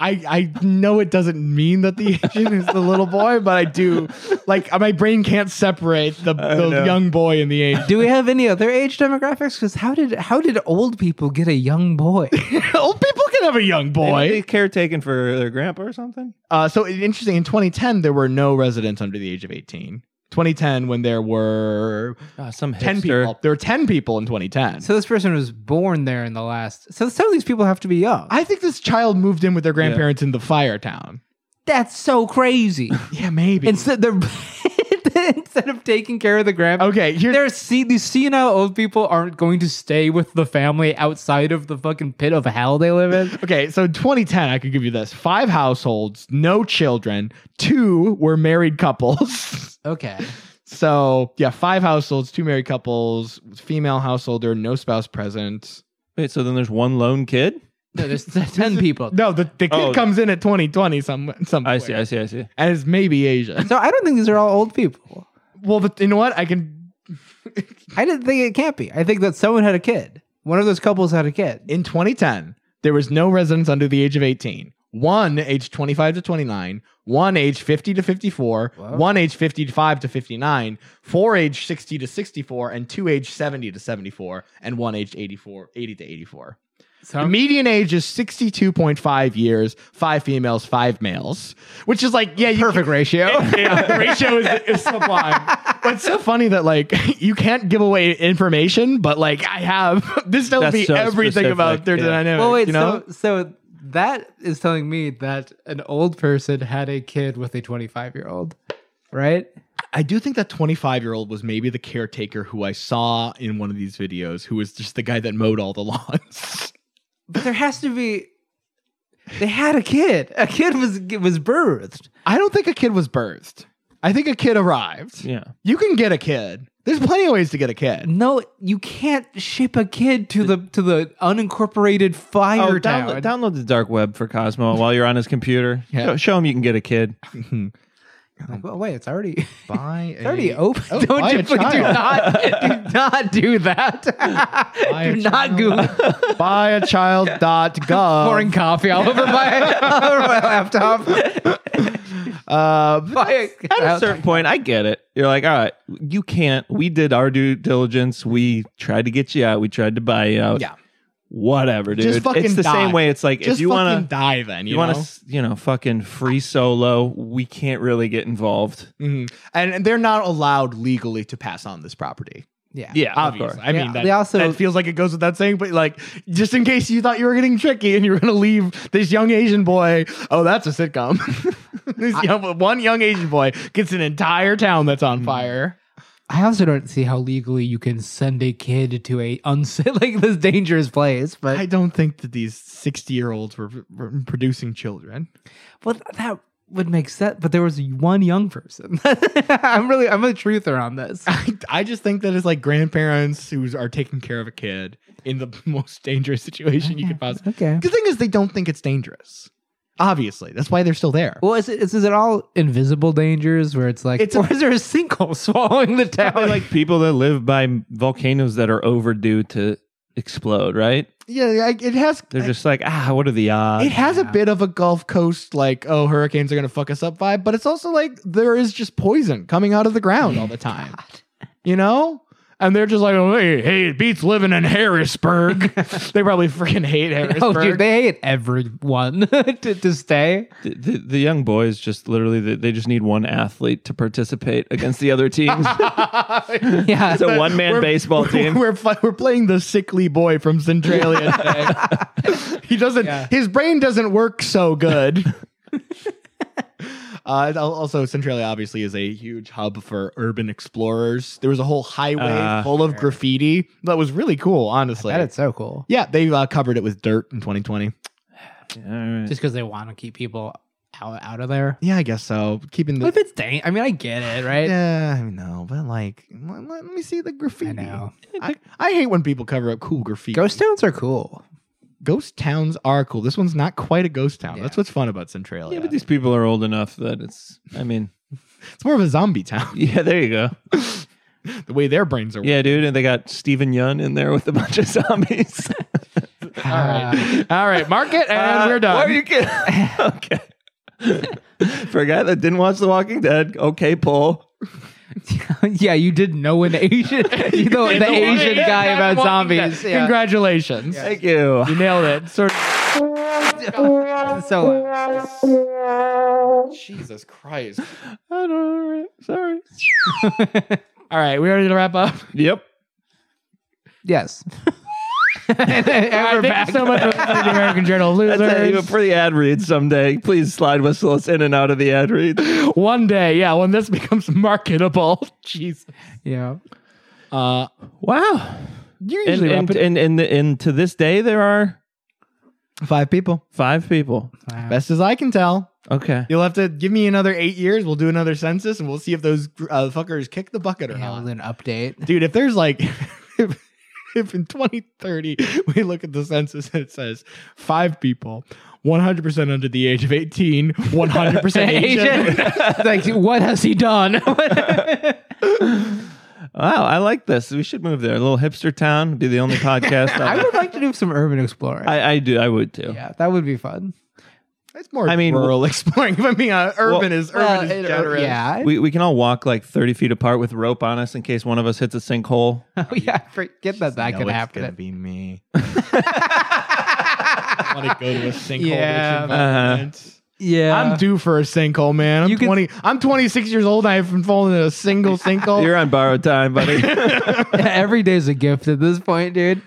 Speaker 5: I, I know it doesn't mean that the Asian is the little boy, but I do like uh, my brain can't separate the, the
Speaker 4: know.
Speaker 5: young boy and the Asian.
Speaker 6: Do we have any other age demographics? Because how did how did old people get a young boy?
Speaker 5: Old people can have a young boy.
Speaker 4: They caretaken for their grandpa or something?
Speaker 5: Uh, so it- interesting. In 2010, there were no residents under the age of 18. 2010, when there were
Speaker 4: Ah, some hipster.
Speaker 5: 10 people, there were 10 people in 2010.
Speaker 6: So this person was born there in the last. So some of these people have to be young.
Speaker 5: I think this child moved in with their grandparents in the fire town.
Speaker 6: That's so crazy.
Speaker 5: Yeah, maybe.
Speaker 6: Instead, they're instead of taking care of the grandpa.
Speaker 5: Okay, here-
Speaker 6: there's see these senile old people aren't going to stay with the family outside of the fucking pit of hell they live in.
Speaker 5: Okay, so 2010, I could give you this. Five households, no children. Two were married couples.
Speaker 6: Okay,
Speaker 5: so, yeah, five households, two married couples, female householder, no spouse present.
Speaker 4: Wait, so then there's one lone kid?
Speaker 6: no, there's ten people.
Speaker 5: No, the, the kid
Speaker 4: Oh.
Speaker 5: comes in at 2020 some, somewhere.
Speaker 4: I see, I see, I see.
Speaker 5: And is maybe Asian.
Speaker 6: So I don't think these are all old people.
Speaker 5: Well, the, you know what? I can.
Speaker 6: I didn't think it can't be. I think that someone had a kid. One of those couples had a kid.
Speaker 5: In 2010, there was no residents under the age of 18. One age 25 to 29, one age 50 to 54, one age 55 to 59, four age 60 to 64, and two age 70 to 74, and one age 84, 80 to 84. The median age is 62.5 years, five females, five males, which is like, yeah, you
Speaker 6: Perfect ratio.
Speaker 5: yeah, ratio is, is sublime. But it's so funny that like you can't give away information, but like I have this tells
Speaker 4: That's
Speaker 5: me
Speaker 4: so
Speaker 5: everything
Speaker 4: specific,
Speaker 5: about their
Speaker 4: yeah.
Speaker 5: dynamics.
Speaker 6: Well, wait,
Speaker 5: you know?
Speaker 6: so, so that is telling me that an old person had a kid with a 25 year old, right?
Speaker 5: I do think that 25 year old was maybe the caretaker who I saw in one of these videos, who was just the guy that mowed all the lawns.
Speaker 6: But there has to be. They had a kid. A kid was was birthed.
Speaker 5: I don't think a kid was birthed. I think a kid arrived.
Speaker 4: Yeah.
Speaker 5: You can get a kid. There's plenty of ways to get a kid.
Speaker 6: No, you can't ship a kid to the to the unincorporated fire
Speaker 4: Oh, download,
Speaker 6: town.
Speaker 4: download the dark web for Cosmo while you're on his computer.
Speaker 5: Yeah.
Speaker 4: Show, show him you can get a kid.
Speaker 6: Well, Oh, wait, it's already
Speaker 5: Buy
Speaker 6: it's already open.
Speaker 5: Oh,
Speaker 6: Don't
Speaker 5: buy
Speaker 6: you
Speaker 5: a
Speaker 6: do
Speaker 5: child.
Speaker 6: not do not do that.
Speaker 5: a
Speaker 6: do not
Speaker 5: child.
Speaker 6: Google
Speaker 5: buyachild.gov.
Speaker 6: pouring coffee all over my all over my laptop.
Speaker 5: Uh,
Speaker 6: Buy a-
Speaker 4: At a certain point, I get it. You're like, all right, you can't. We did our due diligence. We tried to get you out. We tried to buy you out.
Speaker 5: yeah.
Speaker 4: Whatever, dude.
Speaker 5: Just fucking
Speaker 4: it's the
Speaker 5: die.
Speaker 4: same way. It's like if
Speaker 5: Just
Speaker 4: you
Speaker 5: fucking
Speaker 4: want to,
Speaker 5: die then, you,
Speaker 4: you want
Speaker 5: know?
Speaker 4: to, you know, fucking free solo. We can't really get involved.
Speaker 5: Mhm. and, and they're not allowed legally to pass on this property.
Speaker 6: yeah.
Speaker 4: Yeah, of
Speaker 5: Obviously.
Speaker 4: course.
Speaker 5: I mean,
Speaker 6: Yeah,
Speaker 5: that,
Speaker 6: they also-
Speaker 5: that feels like it goes without saying, but like, just in case you thought you were getting tricky and you were going to leave this young Asian boy, oh, that's a sitcom. this young, one young Asian boy gets an entire town that's on fire.
Speaker 6: I also don't see how legally you can send a kid to a unsafe, like this dangerous place. But
Speaker 5: I don't think that these 60 year olds were, were producing children.
Speaker 6: well, that would make sense. But there was one young person. I'm really, I'm a truther on this.
Speaker 5: I, I just think that it's like grandparents who are taking care of a kid in the most dangerous situation you could possibly.
Speaker 6: Okay.
Speaker 5: The thing is, they don't think it's dangerous. Obviously, that's why they're still there.
Speaker 6: Well, is it, is, is it all invisible dangers where it's like,
Speaker 5: It's a-
Speaker 6: or is there a sinkhole swallowing the
Speaker 4: Probably
Speaker 6: town?
Speaker 4: like people that live by volcanoes that are overdue to explode. Right?
Speaker 5: yeah, yeah, it has.
Speaker 4: They're just like, ah, what are the odds?
Speaker 5: It has a bit of a Gulf Coast like, oh, hurricanes are gonna fuck us up vibe, but it's also like there is just poison coming out of the ground all the time. You know? And they're just like, oh, hey, hey, it beats living in Harrisburg. they probably freaking hate Harrisburg.
Speaker 6: Oh, dude, they hate everyone to, to stay.
Speaker 4: The, the, the young boys just literally they- they just need one athlete to participate against the other teams.
Speaker 6: Yeah.
Speaker 4: it's a one man baseball team.
Speaker 5: We're fi- we're playing the sickly boy from Centralia. today. he doesn't.
Speaker 6: Yeah.
Speaker 5: His brain doesn't work so good. Uh, it's al- also, Centralia obviously is a huge hub for urban explorers. There was a whole highway
Speaker 4: Ah.
Speaker 5: full of graffiti that was really cool, honestly.
Speaker 6: that is so cool.
Speaker 5: yeah, they uh, covered it with dirt in
Speaker 4: All
Speaker 5: 2020.
Speaker 4: right.
Speaker 6: Just because they want to keep people out, out of there.
Speaker 5: Yeah, I guess so. Keeping
Speaker 6: If
Speaker 5: the.
Speaker 6: it's dang, I mean, I get it, right?
Speaker 5: Yeah, I know, but like, let, let me see the graffiti.
Speaker 6: I know.
Speaker 5: I, I hate when people cover up cool graffiti.
Speaker 6: Ghost towns are cool.
Speaker 5: ghost towns are cool. This one's not quite a ghost town.
Speaker 6: Yeah.
Speaker 5: That's what's fun about Centralia.
Speaker 4: Yeah, but these people are old enough that it's. I mean,
Speaker 5: it's more of a zombie town.
Speaker 4: yeah, there you go.
Speaker 5: The way their brains are.
Speaker 4: Yeah, dude, and they got Steven Yun in there with a bunch of zombies.
Speaker 6: All right.
Speaker 5: All right, mark it, and
Speaker 4: Uh,
Speaker 5: we're
Speaker 4: Why
Speaker 5: done.
Speaker 4: are you kidding? okay. For a guy that didn't watch The Walking Dead, okay, Paul.
Speaker 6: yeah, you didn't know an Asian, you know, the Asian guy about zombies. Yeah.
Speaker 5: Congratulations,
Speaker 4: Thank you.
Speaker 5: you nailed it. Sort of.
Speaker 6: So loud.
Speaker 5: Jesus Christ.
Speaker 4: I don't. Sorry.
Speaker 5: All right, we ready to wrap up.
Speaker 4: Yep.
Speaker 6: yes.
Speaker 5: All right, thank you so much for listening to American Journal of
Speaker 4: That's how you
Speaker 5: Losers.
Speaker 4: for the ad read someday. Please slide whistle us in and out of the ad read.
Speaker 5: One day, yeah, when this becomes marketable. Jeez.
Speaker 6: yeah.
Speaker 5: Uh,
Speaker 4: Wow.
Speaker 5: you're
Speaker 4: And
Speaker 5: usually
Speaker 4: and,
Speaker 5: rapid.
Speaker 4: and and and to this day there are
Speaker 6: Five people.
Speaker 4: five people.
Speaker 5: Best as I can tell.
Speaker 4: Okay.
Speaker 5: You'll have to give me another eight years. We'll do another census and we'll see if those uh, fuckers kick the bucket or
Speaker 6: Yeah,
Speaker 5: not.
Speaker 6: we'll do an update.
Speaker 5: Dude, if there's like, if, if in 2030 we look at the census and it says five people, 100% under the age of 18, 100% Asian.
Speaker 6: like, what has he done?
Speaker 4: Wow, I like this. We should move there. A little hipster town be the only podcast.
Speaker 6: I
Speaker 4: I,
Speaker 6: would like to do some urban exploring.
Speaker 4: I, do. I would too.
Speaker 6: yeah, that would be fun.
Speaker 5: It's more
Speaker 4: I mean,
Speaker 5: rural exploring. If I'm being uh, urban is urban
Speaker 6: Well,
Speaker 5: is
Speaker 6: it- uh,
Speaker 5: generous.
Speaker 6: yeah.
Speaker 4: We we can all walk like thirty feet apart with rope on us in case one of us hits a sinkhole.
Speaker 6: Oh, yeah, I forget that that
Speaker 5: No,
Speaker 6: could
Speaker 5: it's
Speaker 6: happen.
Speaker 5: gonna be me. I want to go to a sinkhole.
Speaker 6: Yeah.
Speaker 5: rich environment.
Speaker 6: yeah,
Speaker 5: I'm due for a sinkhole, man. I'm
Speaker 6: You could-
Speaker 5: 20. I'm 26 years old. and I haven't fallen in a single sinkhole.
Speaker 4: You're on borrowed time, buddy.
Speaker 6: Every day's a gift at this point, dude.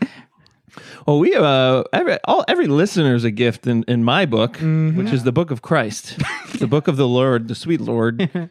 Speaker 4: well, we uh every all every listener is a gift in in my book,
Speaker 5: Mm-hmm.
Speaker 4: which is the book of Christ, the book of the Lord, the sweet Lord.
Speaker 6: Yeah,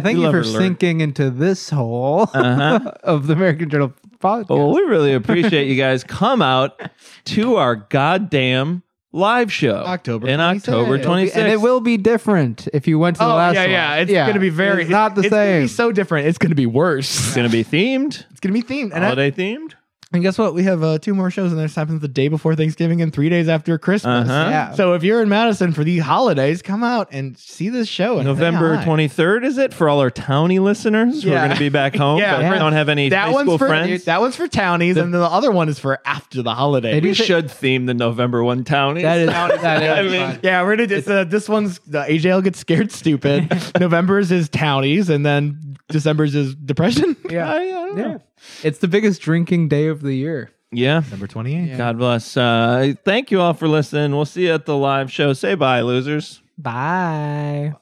Speaker 6: thank
Speaker 4: We
Speaker 6: you
Speaker 4: love
Speaker 6: for
Speaker 4: her, Lord.
Speaker 6: sinking into this hole
Speaker 5: Uh-huh.
Speaker 6: of the American Journal podcast.
Speaker 5: Oh,
Speaker 4: Well, we really appreciate you guys come out to our goddamn live show
Speaker 5: October
Speaker 4: in
Speaker 5: 26th.
Speaker 4: October
Speaker 5: It'll
Speaker 4: twenty sixth.
Speaker 6: and it will be different if you went to the
Speaker 5: Oh
Speaker 6: last
Speaker 5: yeah,
Speaker 6: one.
Speaker 5: yeah. It's gonna be very.
Speaker 6: It's not the
Speaker 5: it's Gonna
Speaker 6: same.
Speaker 5: be so different. It's gonna be worse.
Speaker 4: It's gonna be themed,
Speaker 5: It's gonna be themed. And, I-
Speaker 4: holiday themed.
Speaker 5: and guess what? We have uh, two more shows, and this happens the day before Thanksgiving and three days after Christmas.
Speaker 4: Uh-huh.
Speaker 6: Yeah.
Speaker 5: So if you're in Madison for the holidays, come out and see this show. and say
Speaker 4: November
Speaker 5: hi.
Speaker 4: twenty third is it for all our townie listeners? We're
Speaker 5: Yeah.
Speaker 4: gonna be back home.
Speaker 5: Yeah.
Speaker 4: but
Speaker 5: Yeah.
Speaker 4: don't have any
Speaker 5: That
Speaker 4: high
Speaker 5: one's
Speaker 4: school
Speaker 5: for
Speaker 4: friends.
Speaker 5: that one's for townies, and then the other one is for after the holiday.
Speaker 6: It
Speaker 4: we
Speaker 6: is-
Speaker 4: should theme the November one townies.
Speaker 6: That is, that is
Speaker 4: I mean,
Speaker 6: fun.
Speaker 5: Yeah, we're gonna do so this one's the AJL gets scared stupid. November's is townies, and then December's is depression.
Speaker 4: I, I don't
Speaker 6: Yeah.
Speaker 4: know.
Speaker 6: It's the biggest drinking day of the year.
Speaker 4: Yeah.
Speaker 5: Number twenty eight.
Speaker 4: God bless. Uh, thank you all for listening. We'll see you at the live show. Say bye, losers.
Speaker 6: Bye.